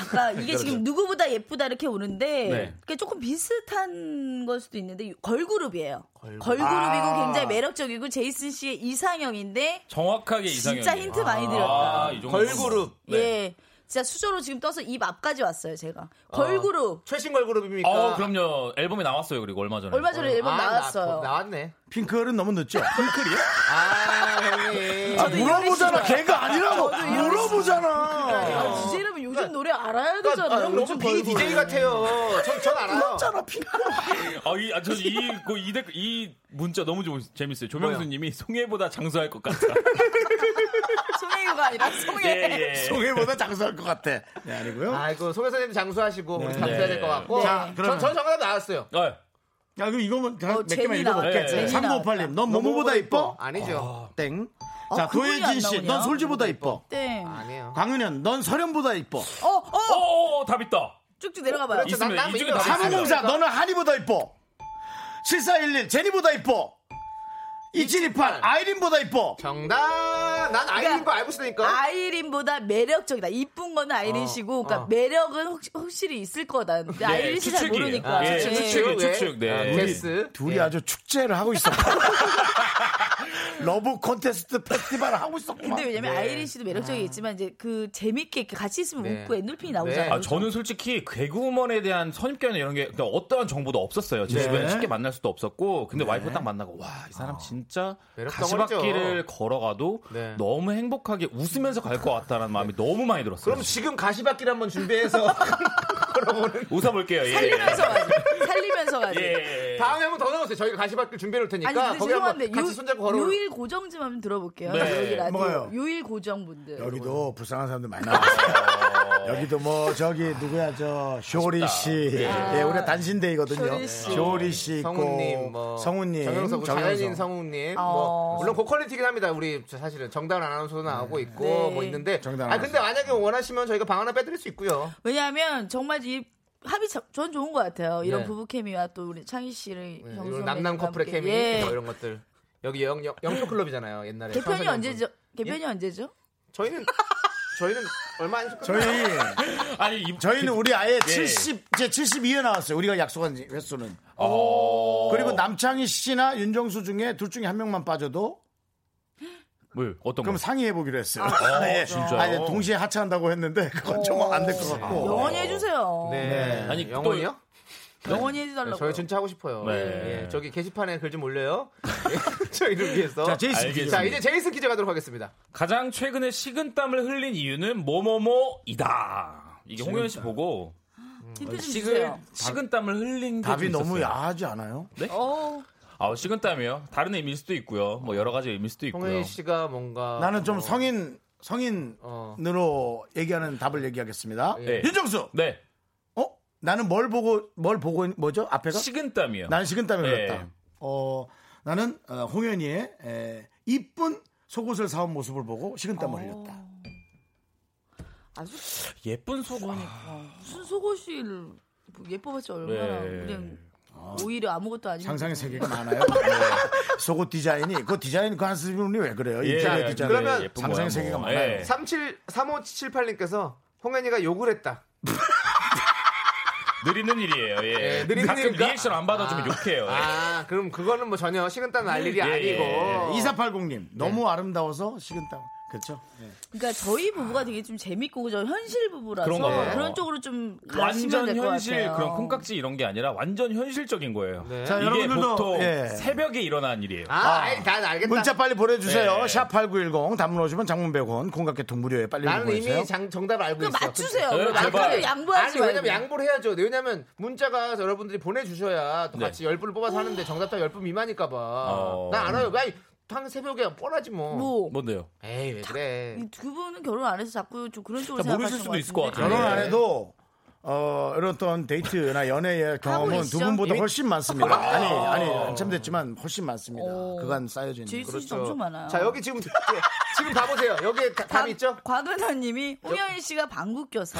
아까 이게 지금 누구보다 예쁘다 이렇게 오는데
네.
그게 조금 비슷한 걸 수도 있는데 걸그룹이에요. 걸그룹. 이고
아.
굉장히 매력적이고 제이슨 씨의 이상형인데
정확하게 네, 이상형.
진짜 힌트 많이 드렸다.
아, 이 정도.
걸그룹.
예. 진짜 수저로 지금 떠서 입 앞까지 왔어요, 제가. 걸그룹.
최신 걸그룹입니까?
어, 그럼요. 앨범이 나왔어요. 그리고 얼마 전에.
얼마 전에 앨범
아,
나왔어요.
나, 왔네
핑클은 너무 늦죠? 핑클이요?
아 형님.
아, 물어보잖아. 걔가 아니라고. 물어보잖아.
아, DJ 이러면 요즘 노래 알아야 되잖아요. 그
형 너무
요즘
비 DJ 같아요. 전, 전 알아요.
아, 이, 아, 저 이, 그, 이, 댓글- 이 문자 너무 좀 재밌어요. 조명수 님이 송혜보다 장수할 것 같다.
송혜교가 아니라 송혜.
예, 예.
동해보다 장수할 것 같아. 네, 아니고요.
아이고 송혜 선생님 장수하시고
네.
우리 장수해야 될 것 같고.
자,
전,
그러면.
전 정답 나왔어요.
어,
야, 아, 그럼 이거면 뭐 다
어,
몇 개만
제니
읽어볼게.
나왔다. 제니
3958님, 넌 뭐뭐보다 이뻐?
아니죠.
땡.
아,
자,
그분이
도혜진
안
씨,
나오냐?
넌 솔지보다 이뻐.
땡.
아니에요.
광은현, 넌 서련보다 이뻐.
어,
어,
어!
어, 어, 답 있다.
쭉쭉 내려가봐요.
그렇죠. 난-
있습니다.
난
이 중에
아,
이거
네,
답이 있습니다.
사무공사, 너는 한이보다 이뻐. 7411, 제니보다 이뻐. 2728, 아이린보다 이뻐.
정답. 난 아이린 거 알고 있으니까.
아이린보다 매력적이다. 이쁜 거는 아이린 씨고, 그러니까
어. 매력은
매력은 혹시, 확실히 있을 거다. 근데
예,
아이린 씨 잘
추측이에요.
모르니까.
예,
예.
추측이에요. 추측,
왜?
추측, 네.
아,
우리
제스.
둘이
예.
아주 축제를 하고 있었고. 러브 콘테스트 페스티벌을 하고 있었구만.
근데 왜냐면 아이린 씨도 매력적이 있지만 이제 그 재밌게 이렇게 같이 있으면
네.
웃고 엔돌핀이
네.
나오잖아요.
아, 저는 솔직히 개그우먼에 대한 선입견 이런 게 근데 어떠한 정보도 없었어요.
네.
제 주변에 쉽게 만날 수도 없었고, 근데 와이프 딱 만나고 와 이 사람 진짜
아. 매력
가시밭길을
덩어리죠.
걸어가도
네.
너무 행복하게 웃으면서 갈 것 같다라는 마음이 너무 많이 들었어요.
그럼 지금 가시밭길 네. 한번 준비해서 걸어보는.
웃어볼게요. 예.
살리면서 가지. 살리면서 가지.
예.
다음에 한 번 더 나오세요. 저희가 가시밭길 준비해놓을 테니까.
아니 근데
그러니까 거기 한번
죄송한데
같이 손잡고 걸어.
요일 고정 좀 한번 들어볼게요.
네.
여기 라디오
뭐예요?
요일 고정 분들.
여기도 불쌍한 사람들 많이 나왔어요. 여기도 뭐 저기 누구야 저 쇼리 씨, 예, 우리 가 단신데이거든요.
쇼리 씨.
쇼리 씨, 있고
성우님, 뭐
성우님,
정영석, 자연인 성우님, 뭐
어.
물론 고퀄리티긴 합니다. 우리 저 사실은 정다운 아나운서도 나오고 있고
네.
뭐 있는데,
정다운
아 근데 만약에 원하시면 저희가 방 하나 빼드릴 수 있고요.
왜냐하면 정말 이 합이 참- 전 좋은 것 같아요. 이런
네.
부부 케미와 또 우리 창희 씨를
네,
경수
그리고
선배님과
남남 커플의
함께.
케미
예.
뭐 이런 네. 것들. 여기 영, 영, 영표 클럽이잖아요 옛날에.
개편이
청소년
언제죠?
분.
개편이 언제죠?
저희는 저희는 얼마 안
저희
했었거든요.
아니 이-
저희는 우리 아예 70 이제 72회 나왔어요. 우리가 약속한 횟수는.
어...
그리고 남창희 씨나 윤정수 중에 둘 중에 한 명만 빠져도
뭘 어떤
그럼
거?
상의해 보기로 했어요. 예.
네. 진짜요?
아니, 동시에 하차한다고 했는데 그건 좀 안 될 것 같고.
어.
영원히 해주세요.
네.
아니, 또-
영원이요?
영원히
네,
해달라고.
저희 진짜 하고 싶어요.
네.
예, 저기 게시판에 글 좀 올려요. 예, 저희를 위해서.
자, 제이슨
알겠습니다.
기자.
자, 이제 제이슨 퀴즈 가도록 하겠습니다.
가장 최근에 식은땀을 흘린 이유는 뭐뭐뭐이다. 이게 홍현 씨 보고
힌트 좀 주세요.
식은 식은땀을 흘린 게
답이
좀
너무
있었어요.
야하지 않아요?
어,
아, 식은땀이요? 다른 의미일 수도 있고요. 뭐 여러 가지 의미일 수도 있고요.
홍현 씨가
아,
뭔가
나는 좀
어.
뭐,
성인 성인으로
어.
얘기하는 답을 얘기하겠습니다.
예.
윤정수.
네.
어? 나는 뭘 보고 뭘 보고 있- 뭐죠? 앞에서?
식은땀이요.
어? 나는 식은땀이
예.
흘렀다. 어, 나는 어, 홍현이의 에, 이쁜 속옷을 사온 모습을 보고 식은땀을 흘렸다.
아주
예쁜 속옷.
어, 무슨 속옷이 예뻐봤자 얼마나
네.
그냥 오히려 아무것도 아닌.
상상의 세계가 많아요. 네. 속옷 디자인이 그 디자인 그 한스분이 왜 그래요?
예,
인테리어
예,
디자인.
그러면
예쁜
상상의
거야,
세계가
뭐.
많아요.
예.
37 3578님께서 네. 홍현이가 욕을 했다.
느리는 일이에요. 예.
예, 느리는
가끔
일인가?
리액션 안 받아주면 욕해요.
아, 그럼 그거는 뭐 전혀 식은땀 날 일이
예,
아니고.
예.
2480님
네.
너무 아름다워서 식은땀. 그렇죠? 예.
그러니까 저희 부부가 되게 좀 재밌고 저 현실 부부라서
그런가 봐요.
그런 쪽으로 좀 가시면
완전
될 것
현실
같아요.
그런 콩깍지 이런 게 아니라 완전 현실적인 거예요.
네.
자,
이게
여러분들도,
보통
예.
새벽에 일어난 일이에요.
아, 아이, 난 알겠다.
문자 빨리 보내주세요.
네.
샵 8910 단문 오시면 장문 100원 공각개통 무료에 빨리
나는
네, 보내주세요.
이미 장, 정답을 알고
그럼
있어.
맞추세요.
네,
맞추세요.
제발.
양보하지
아니
말고.
왜냐면 양보를 해야죠. 네, 왜냐면 문자가 여러분들이 보내주셔야 또
네.
같이 열 분을 뽑아서 하는데 정답자 열 분 미만일까봐.
어.
난 알아요. 아니, 당 새벽에 뻔하지 뭐.
뭐,
뭔데요?
에이 왜 그래.
이 두 분은 결혼 안 해서 자꾸 좀 그런 쪽으로
자, 모르실
생각하시는
수도 있을 것
같은데.
같아요.
결혼 안
네.
해도 어, 이런 어떤 데이트나 연애의 경험은 두
있죠.
분보다
이미-
훨씬 많습니다. 아니, 아니, 한참 됐지만 훨씬 많습니다.
어.
그간 쌓여진.
제이슨 씨도
그렇죠.
엄청 많아요.
자 여기 지금 예, 지금 봐보세요. 여기 다- 답 있죠?
곽은하님이 홍현희 씨가 방구 껴서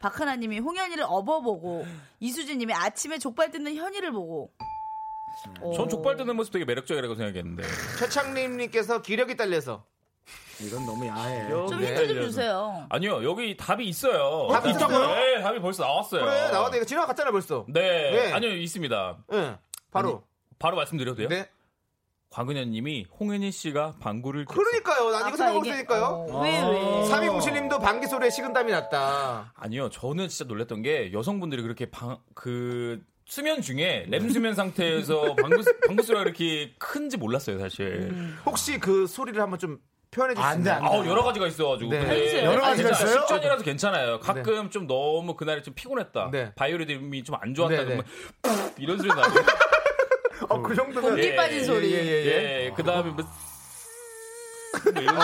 박하나님이 홍현이를 업어보고 이수진님이 아침에 족발 뜯는 현이를 보고.
음. 전 족발 뜨는 모습 되게 매력적이라고 생각했는데.
최창림님께서 기력이 딸려서
이건 너무 야해.
좀
네.
힌트 좀 주세요.
아니요, 여기 답이 있어요.
답이 있다고요?
네, 답이 벌써 나왔어요.
그래 나왔다 이거 지나갔잖아 벌써.
네.
네.
아니요, 있습니다.
응 바로
바로 말씀드려도 돼요?
네.
광근현 님이 홍현희 씨가 방구를 꼈어요.
그러니까요. 난 이거
아까
생각하고
얘기-
있으니까요.
어, 왜, 왜.
아. 3207님도 방귀 소리에 식은땀이 났다.
아니요, 저는 진짜 놀랬던 게 여성분들이 그렇게 방, 그, 수면 중에 렘 수면 상태에서 방구, 방구 소리가 이렇게 큰지 몰랐어요, 사실.
혹시 그 소리를 한번 좀 표현해 주시면
안 돼, 안 돼.
아 여러 가지가 있어가지고.
네.
근데
여러 가지가
괜찮아요.
있어요?
식전이라서 괜찮아요. 가끔 좀 너무 그날이 좀 피곤했다.
네.
바이오리듬이 좀 안 좋았다.
네,
그러면 이런 소리 나고.
어그 정도면
공기 빠진 소리.
예예예.
예, 그 다음에 뭐. 뭐 이런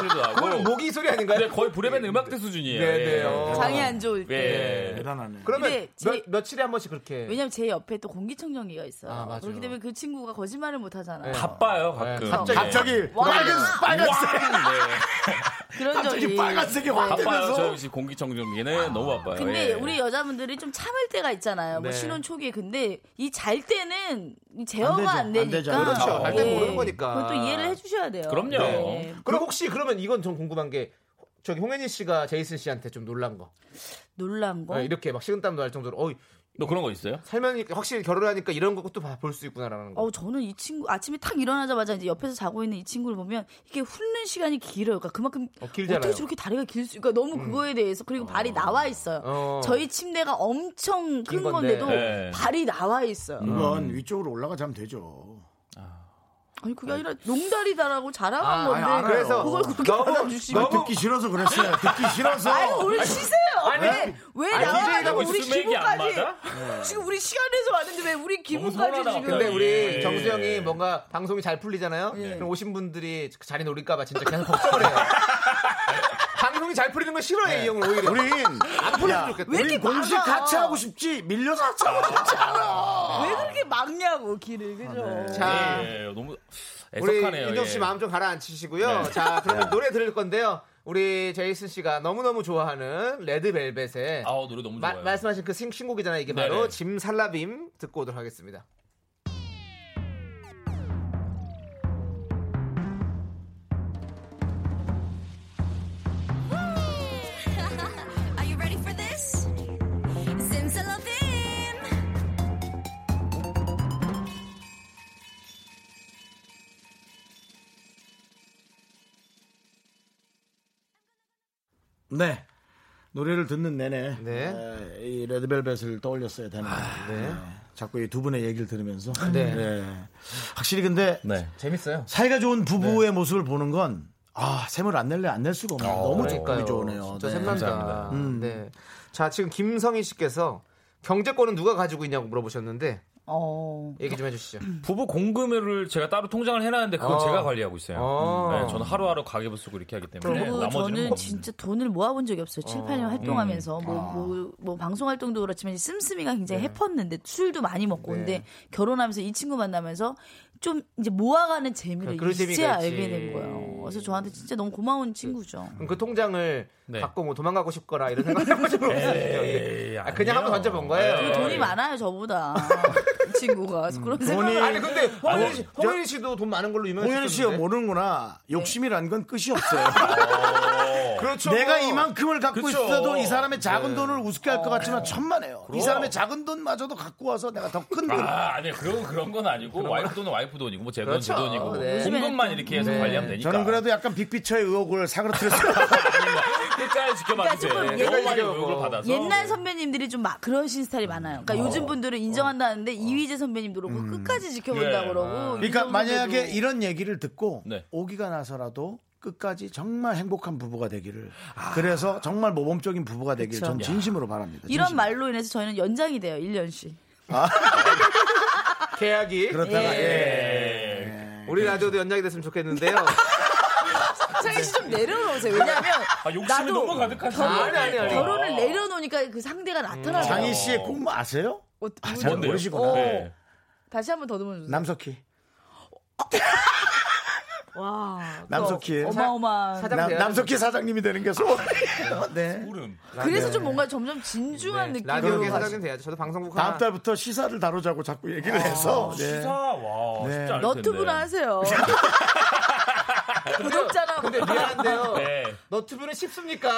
소리도
그건
나고.
모기 소리 아닌가요?
근데 거의 브레멘 음악대 수준이에요.
네,
네, 예.
네, 어.
장이 안 좋을 때.
예.
대단하네.
그러면
근데 제-
몇, 며칠에 한 번씩 그렇게
왜냐면 제 옆에 또 공기청정기가 있어요.
아, 맞아요.
그렇기 때문에 그 친구가 거짓말을 못 하잖아요.
바빠요 가끔.
네,
갑자기.
갑자기
와.
빨간, 빨간색.
그런
갑자기
적이.
빨간색이 확
바빠요.
되면서.
저희 집 공기청정기는 너무 바빠요.
근데
예.
우리 여자분들이 좀 참을 때가 있잖아요. 뭐
네.
신혼 초기에 근데 이 잘 때는 이 제어가
안 되죠, 안
안, 되니까. 네.
되죠.
그렇죠.
잘때
모르는 거니까.
그걸 또 이해를 해주셔야 돼요. 네.
그럼요.
그럼 혹시 그러면 이건 좀 궁금한 게 호- 저기 홍현희 씨가 제이슨 씨한테 좀 놀란 거
놀란 거.
네, 이렇게 막 식은땀 도날 정도로 어
너 그런 거 있어요?
살면니까 확실히 결혼하니까 이런 것도 볼 수 있구나라는 거
어, 저는 이 친구 아침에 탁 일어나자마자 이제 옆에서 자고 있는 이 친구를 보면 이게 훑는 시간이 길어요. 그러니까 그만큼
어, 길잖아요.
어떻게 저렇게 다리가 길 수? 그러니까 너무 그거에 대해서 그리고 발이 나와 있어요.
어.
저희 침대가 엄청 큰
긴 건데.
건데도
네.
발이 나와 있어요.
이건 위쪽으로 올라가 자면 되죠.
아니 그게 아니라 농다리다라고 자랑한
아,
건데
아니, 알아요.
그래서
그걸 그렇게
너무-
받아주시면
너 듣기 싫어서 그랬어요. 듣기 싫어서.
아유 오늘 쉬세요 왜왜
아니,
나와가지고
DJ라고
우리
수맥이 안
기분까지 지금 우리 시간에서 왔는데 왜 우리 기분까지
서운하다.
지금
근데 우리
예.
정수 형이 뭔가 방송이 잘 풀리잖아요. 그럼 오신 분들이 그 자리 노릴까봐 진짜 계속 걱정을 해요. 방송이 잘 풀리는 건 싫어해
예.
이 형은 오히려.
우린 안
풀려도 좋겠다. 왜
우린
이렇게
공식
많아?
같이 하고 싶지 밀려서 같이 하고 싶지 않아.
왜 그렇게 막냐고 길을 그죠
자
예, 너무
우리
애석하네요.
윤정 씨
예. 네.
마음 좀 가라앉히시고요. 자 그러면 노래 들을 건데요. 우리 제이슨 씨가 너무너무 좋아하는 레드벨벳의
아우 노래 너무
마-
좋아요.
말씀하신 그 신- 신곡이잖아요. 이게
네네.
바로 짐 살라빔 듣고 오도록 하겠습니다.
Are you ready for this? Simsalabim.
네. 노래를 듣는 내내
네. 아,
네, 이 레드벨벳을 떠올렸어야 되는 네. 자꾸 이 두 분의 얘기를 들으면서
네.
네. 확실히 근데
네.
재밌어요.
사이가 좋은
네.
부부의 모습을 보는 건 아, 셈을 안 낼래 안 낼 수가
아,
없네요. 너무
어, 그러니까요.
조건이 좋으네요.
진짜
네.
샘난다. 네. 자 지금 김성희 씨께서 경제권은 누가 가지고 있냐고 물어보셨는데
어
얘기 좀 해주시죠.
부부 공금을 제가 따로 통장을 해놨는데
어.
그건 제가 관리하고 있어요.
어.
네, 저는 하루하루 가계부 쓰고 이렇게 하기 때문에
그리고
나머지는
저는
뭐-
진짜 돈을 모아본 적이 없어요. 7, 8년 활동하면서 뭐 뭐 뭐 방송 활동도 그렇지만 이 씀씀이가 굉장히 해펐는데 술도 많이 먹고 근데 결혼하면서 이 친구 만나면서 좀 이제 모아가는 재미를
그런 재미가
이제야
있지.
알게 된 거예요. 그래서 저한테 진짜 너무 고마운 친구죠.
그럼 그 통장을
네.
갖고 뭐 도망가고 싶거나 이런 생각을 해보시고
에이,
아, 그냥
아니에요.
한번 던져본 거예요.
그
돈이 많아요 저보다 이 친구가 그래서 그런 생각을
아니 근데 홍현희, 씨, 홍현희 씨도 돈 많은 걸로 유명했었는데.
홍현 씨가 모르는구나. 욕심이란 건 끝이 없어요.
그렇죠. 네.
내가 이만큼을 갖고
그쵸.
있어도 이 사람의 작은 돈을 우습게 할 것
아,
같지만 천만에요. 이 사람의 작은 돈마저도 갖고 와서 내가 더 큰 돈.
그러니까.
아, 아니 그런 그런 건 아니고 와이프 돈은 와이프 돈이고 뭐 제 돈 제
그렇죠.
돈이고
네.
공금만 이렇게 해서 관리하면 되니까.
저는 그래도 약간 빅피처의 의혹을 사그러뜨렸어요.
끝까지 지켜봐도 돼.
그러니까 지금
너무
얘가
많이 욕을 받아서. 네. 어.
옛날 선배님들이 좀 막 그러신 스타일이 많아요. 그러니까 요즘 분들은 인정한다는데 이휘재 선배님도 그러고 끝까지 지켜본다
음. 예.
그러고.
그러니까
이정도
만약에
선배도.
이런 얘기를 듣고
네.
오기가 나서라도 끝까지 정말 행복한 부부가 되기를
아.
그래서 정말 모범적인 부부가 되기를 전 진심으로 바랍니다.
이런
진심으로.
말로 인해서 저희는 연장이 돼요. 1년씩.
계약이
그렇다가 예.
우리 라디오도 연장이 됐으면 좋겠는데요.
사실 좀 내려놓으세요. 왜냐하면
아, 욕심이
나도
너무 가득하시네. 음.
아니, 아니, 아니.
결혼을 내려놓으니까 그 상대가 나타나요.
장희 씨의 꿈 아세요?
어,
아,
뭐-
잘
뭔데요?
모르시구나.
어.
네.
다시 한번 더듬어 주세요.
남석희.
와.
남석희.
그거 어마어마한.
사장-
남,
돼야
남석희 사장님이 되는 게 소원이에요. 네.
울음.
그래서 좀 뭔가 점점
네.
진중한
네, 라디오계
느낌으로 가시.
사장님 돼야죠. 저도 방송국
다음
하나.
달부터 시사를 다루자고 자꾸 얘기를 해서 네.
아, 시사 와
네.
쉽지 않을 텐데.
너튜브나 하세요. 구독자나 뭐
근데 미안한데요.
네.
너튜브는 쉽습니까?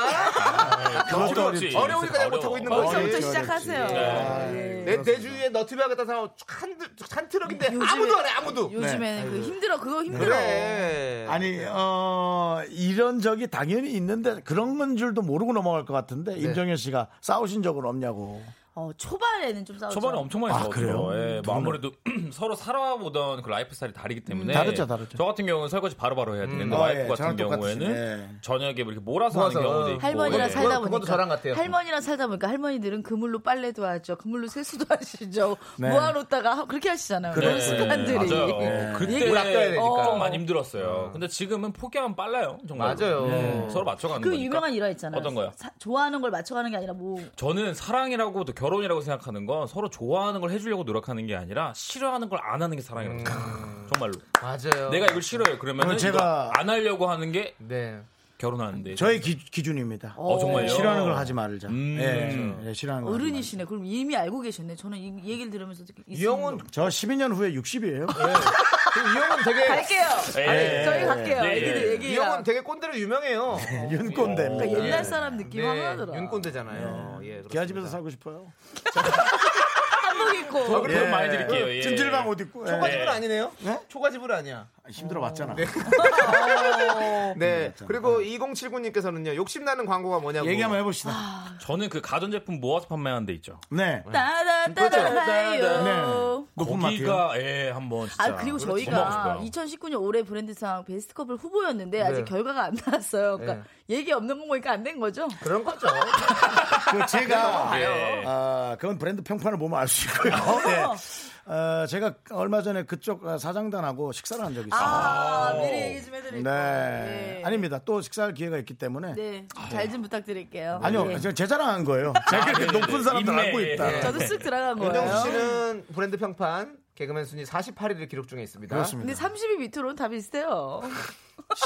그것도
어렵지.
어렵지.
어려우니까 내가 못하고 있는
어려워.
거지.
벌써부터 시작하세요.
네.
예.
내, 내 주위에 너튜브 하겠다 사람 한, 한 트럭인데
요즘에-
아무도 안 해, 네, 아무도.
요즘에는 그 힘들어 그거 힘들어.
네. 그래.
아니 어 이런 적이 당연히 있는데 그런 건 줄도 모르고 넘어갈 것 같은데 임정현 씨가 싸우신 적은 없냐고.
어, 초반에는 좀 싸우죠.
초반에 엄청 많이
아,
싸웠죠.
그래요?
예, 뭐 아무래도 서로 살아보던 그 라이프 스타일이 다르기 때문에
다르죠, 다르죠.
저 같은 경우는 설거지 바로바로 해야 되는데
음.
와이프
아, 예,
같은
저랑 똑같이,
경우에는
예.
저녁에 뭐 이렇게 몰아서
모아서,
하는 경우도
어.
있고
할머니랑
예.
살다
그것도
보니까
저랑 같아요.
할머니랑 살다 보니까 할머니들은 그물로 빨래도 하죠. 그물로 세수도 하시죠.
네.
모아놓다가 하- 그렇게 하시잖아요. 그런 습관들이.
네.
어.
맞아요. 네. 어, 그때
물 아껴야 되니까.
좀 많이 힘들었어요. 근데 지금은 포기하면 빨라요. 정말
맞아요.
네.
서로 맞춰가는
그
거니까.
유명한 일화 있잖아요.
그러니까 어떤 거요?
사- 좋아하는 걸 맞춰가는 게 아니라 뭐
저는 사랑이라고 또 결혼이라고 생각하는 건 서로 좋아하는 걸 해주려고 노력하는 게 아니라 싫어하는 걸 안 하는 게 사랑이라고 생각해요. 정말로.
맞아요.
내가 이걸 싫어요. 그러면
음. 그럼 제가-
제가 안 하려고 하는 게
네.
결혼하는데.
저의 기, 기준입니다.
어, 정말요?
싫어하는 걸 하지 말자.
음.
예, 예, 싫어하는 걸. 하지 말자.
어른이시네. 그럼 이미 알고 계셨네. 저는 이 얘기를 들으면서
이 형은,
저 12년 후에 60이에요.
아.
이 형은 되게,
갈게요.
예.
저희 갈게요.
예, 예.
애기들
이
얘기랑.
형은 되게 꼰대로 유명해요.
네.
예, 윤꼰대입니다. 예.
그러니까 옛날 사람 느낌
네,
하나더라. 네.
윤꼰대잖아요. 예, 그렇습니다.
기아집에서 살고 싶어요.
한복 입고.
그럼 많이 드릴게요. 예.
찜질방 옷 입고. 예. 네?
초가집은 아니네요? 초가집은 아니야.
힘들어 봤잖아. 어.
네. 그리고 2079님께서는요. 욕심나는 광고가 뭐냐고.
얘기 한번 해봅시다.
아.
저는 그 가전제품 모아서 판매하는 데 있죠.
네.
그렇죠.
따다따다요.
높은 마트요.
거기가 예 한번 진짜.
아 그리고 저희가
먹어보고요.
2019년 올해 브랜드상 베스트 커플 후보였는데 아직
네.
결과가 안 나왔어요. 그러니까 얘기 없는 거 보니까 안 된 거죠?
그런 거죠.
그 제가
예.
아, 그건 브랜드 평판을 보면 알 수 있고요. 예. 어, 제가 얼마 전에 그쪽 어, 사장단하고 식사를 한 적이 있어요.
아, 미리 얘기 좀 해드릴게요. 예.
네. 아닙니다. 또 식사할 기회가 있기 때문에.
네. 잘 좀 부탁드릴게요.
아니요,
네.
제- 제 자랑한 거예요. 제가 이렇게 높은 사람들
아, 네. 인맥,
알고 있다.
예.
저도 쓱 들어간
윤정수
거예요.
씨는 브랜드 평판 개그맨 순위 48위를 기록 중에 있습니다.
그렇습니다.
근데 30위 밑으로는 다 비슷해요.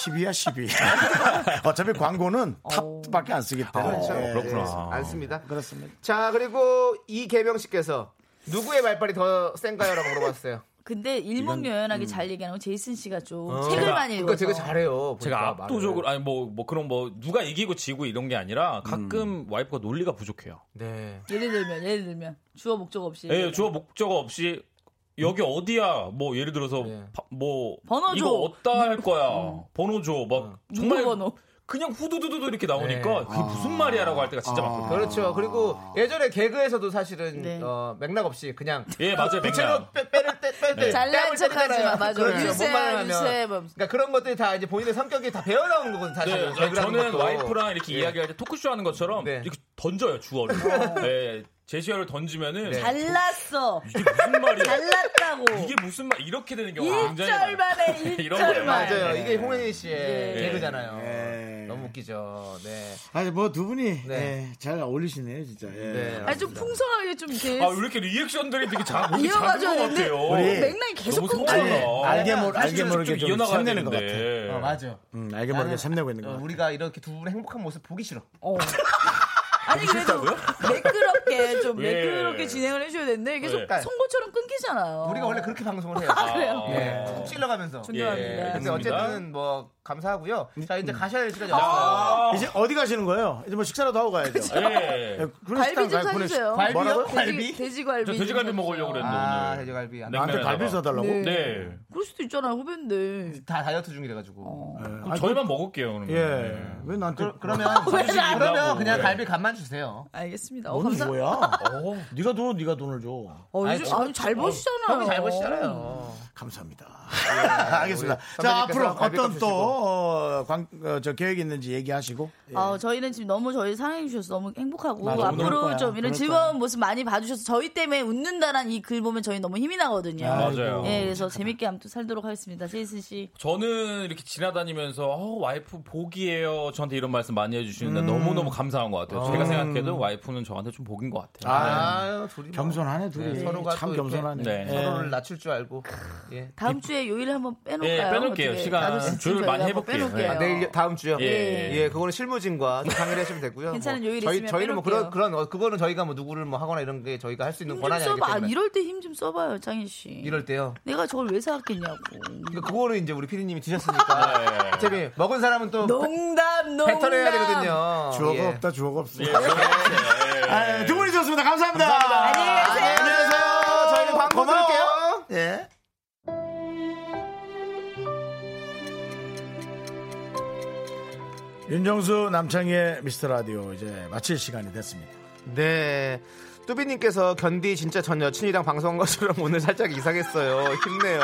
10위야, 10위. 어차피 광고는 탑밖에 안 쓰기
네,
때문에. 예,
그렇구나.
안 씁니다.
예. 그렇습니다.
그렇죠. 자, 그리고 이계명 씨께서 누구의 말빨이 더 센가요? 라고 물어봤어요.
근데 일목요연하게 잘 얘기하는 건 제이슨 씨가 좀 책을 많이 읽어서
음. 그러니까 되게 잘해요.
제가
보니까
압도적으로 아니 뭐 뭐 그런 뭐 누가 이기고 지고 이런 게 아니라 가끔
음.
와이프가 논리가 부족해요.
말을. 네.
예를 들면 예를 들면 주어 목적 없이
예, 주어 목적 없이 여기 어디야? 뭐 예를 들어서
예. 음.
파- 뭐
번호
이거
줘.
어디다 할 거야? 번호 줘. 막 정말
누구 번호?
그냥 후두두두두 이렇게 나오니까
네.
그게 무슨 말이야라고 할 때가 진짜 많거든요.
그렇죠. 그리고 예전에 개그에서도 사실은
네.
어, 맥락 없이 그냥 네.
예, 맞아요.
빛으로
맨날.
빼- 빼를 때 빼를 때
잘난
뺨을
척하지 마.
때잖아요.
맞아.
그렇죠. 뭔 말을
유세
하면.
유세 뭐
그러니까 그런 것들이 다 이제 본인의 성격이 다 배어 나오는 거거든요. 사실.
네,
개그라는
저는
것도.
와이프랑 이렇게
예.
이야기할 때 토크쇼 하는 것처럼
네.
이렇게 던져요 주어를. 예, 제시어를 던지면은
네.
잘났어.
이게 무슨 말이야?
잘났다고.
이게 무슨 말 이렇게 되는 경우가 굉장히 많아요.
일절만에
이런 거예요.
일절만.
맞아요. 이게 홍현희 씨의
네.
예.
개그잖아요.
예.
너무 웃기죠. 네.
아니, 뭐 두 분이
네.
예, 잘 어울리시네요, 진짜. 예.
네.
아니 좀 풍성하게 좀 이렇게
아, 왜 이렇게 리액션들이 되게 작, 되게 작은
이어가줘야
것
되는데
같아요.
우리
맥락이 계속
너무
끊겨.
알게,
어.
알게, 모르, 알게
사실은
모르게
좀
좀
이어나가야
샘내는 것 같아.
되는데. 예.
어, 맞아.
음, 알게 모르게 샘내고 있는 것
어,
같아.
우리가 이렇게 두 분의 행복한 모습 보기 싫어.
어. 아니 그래도 매끄럽게 좀
예.
매끄럽게 진행을 해줘야 되는데 계속
예.
송곳처럼 끊기잖아요.
우리가 원래 그렇게 방송을 해요.
아, 그래요.
네. 푹 찔러가면서. 음.
존경합니다.
예.
근데
알겠습니다.
어쨌든 뭐 감사하고요. 자 이제 가셔야 될 시간이
아.
왔어요.
이제 어디 가시는 거예요? 이제 뭐 식사라도 하고 가야죠.
예.
예, 그런 식당 가요,
갈비 좀
그런
사주세요.
식당. 뭐라고요?
돼지-
갈비?
돼지갈비.
저
좀
돼지갈비
사주세요.
먹으려고 그랬는데
아
네, 오늘.
돼지갈비. 안-
냉-
나한테 갈비 사달라고?
네.
네.
그럴 수도 있잖아요 후배인데.
다 다이어트 중이래 가지고.
그럼 저희만 먹을게요, 그러면.
예. 왜 나한테
음.
아,
그러면 그러면
나보고,
그냥
예.
갈비 간만 주세요.
알겠습니다. 어,
너는
감사.
뭐야? 네가 돈, 네가 돈을 줘.
어,
아니,
요즘 아니, 잘 보시잖아요.
형이 잘 보시잖아요.
감사합니다. 예, 알겠습니다.
아, 우리
자
선배님께서
앞으로
갈비값
어떤
주시고.
또광저 계획 이 있는지 얘기하시고 예.
아, 저희는 지금 너무 저희 사랑해 주셔서 너무 행복하고
맞아, 그럴 거야.
앞으로 좀
그럴
이런 즐거운
거야.
모습 많이 봐주셔서 저희 때문에 웃는다란 이 글 보면 저희 너무 힘이 나거든요.
맞아요.
예, 그래서 재밌게 아무튼 살도록 하겠습니다. 제이슨 씨.
저는 이렇게 지나다니면서 어, 와이프 복이에요. 저한테 이런 말씀 많이 해주시는데 너무너무 감사한 것 음. 같아요. 제가 생각해도 와이프는 저한테 좀 복인 것 같아요.
아유 둘이 뭐.
겸손하네 둘이
네, 서로가
참
또 이렇게
겸손하네.
네.
예.
서로를 낮출 줄 알고. 예.
다음 주에 요일을 한번 빼놓을까요?
예, 빼놓을게요.
어떻게
시간
다들 진짜
조율
저희가
많이
한번
해볼게요.
빼놓을게요.
아,
내일 다음 주요.
예.
예, 그거는 실무진과 좀 상의를 하시면 되고요.
괜찮은 요일이
저희,
있으면
저희는 뭐 그런
빼놓을게요.
그런 어, 그거는 저희가 뭐 누구를 뭐 하거나 이런 게 저희가 할 수 있는
힘좀
권한이 아니기
써봐. 아,
때문에
이럴 때 힘 좀 써봐요, 장인 씨.
이럴 때요.
내가 저걸 왜 사왔겠냐고.
그러니까
아.
그거를 이제 우리 피디님이
예,
드셨으니까 어차피 먹은 사람은 또
농담, 농담.
뱉어내야 되거든요.
주어가
예.
없다 주어가 없어.
예.
아, 예. 두 분이 좋습니다. 감사합니다.
아, 예, 안녕히 계세요. 저희는 광고
고마워.
드릴게요.
예. 윤정수 남창희의 미스터 라디오 이제 마칠 시간이 됐습니다.
네. 뚜비님께서 견디 진짜 전 여친이랑 방송한 것처럼 오늘 살짝 이상했어요. 힘내요.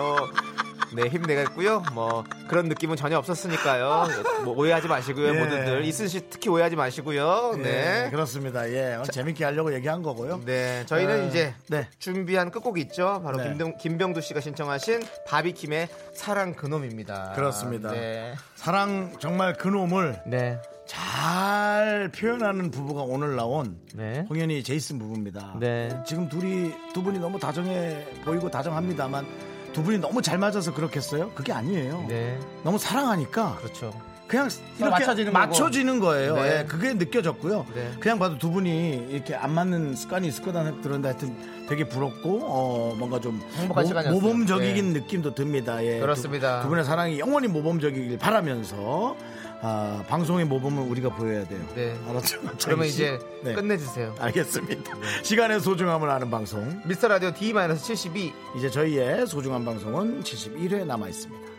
네, 힘내겠고요. 뭐 그런 느낌은 전혀 없었으니까요. 뭐 오해하지 마시고요,
예.
모두들. 이순 씨 특히 오해하지 마시고요.
예,
네.
그렇습니다. 예, 오늘 재밌게 하려고 얘기한 거고요.
네, 저희는
어,
이제
네.
준비한 끝곡이 있죠. 바로
네.
김병, 김병두 씨가 신청하신 바비킴의 사랑 그놈입니다.
그렇습니다.
네.
사랑 정말 그놈을
네.
잘 표현하는 부부가 오늘 나온
네.
홍현이 제이슨 부부입니다.
네.
지금 둘이 두 분이 너무 다정해 보이고 다정합니다만 두 분이 너무 잘 맞아서 그렇겠어요? 그게 아니에요.
네.
너무 사랑하니까
그렇죠.
그냥 이렇게
맞춰지는 거고.
맞춰지는 거예요.
네.
예, 그게 느껴졌고요.
네.
그냥 봐도 두 분이 이렇게 안 맞는 습관이 있을 거다 들었는데 하여튼 되게 부럽고 어, 뭔가 좀
행복한 시간이었어요. 네.
모범적인 느낌도 듭니다. 예,
그렇습니다.
두, 두 분의 사랑이 영원히 모범적이길 바라면서 아, 방송의 모범을 우리가 보여야 돼요.
네.
알았죠?
그러면
장희 씨?
이제
네.
끝내주세요.
알겠습니다. 시간의 소중함을 아는 방송.
미스터 라디오 D-72
이제 저희의 소중한 방송은 71회 남아 있습니다.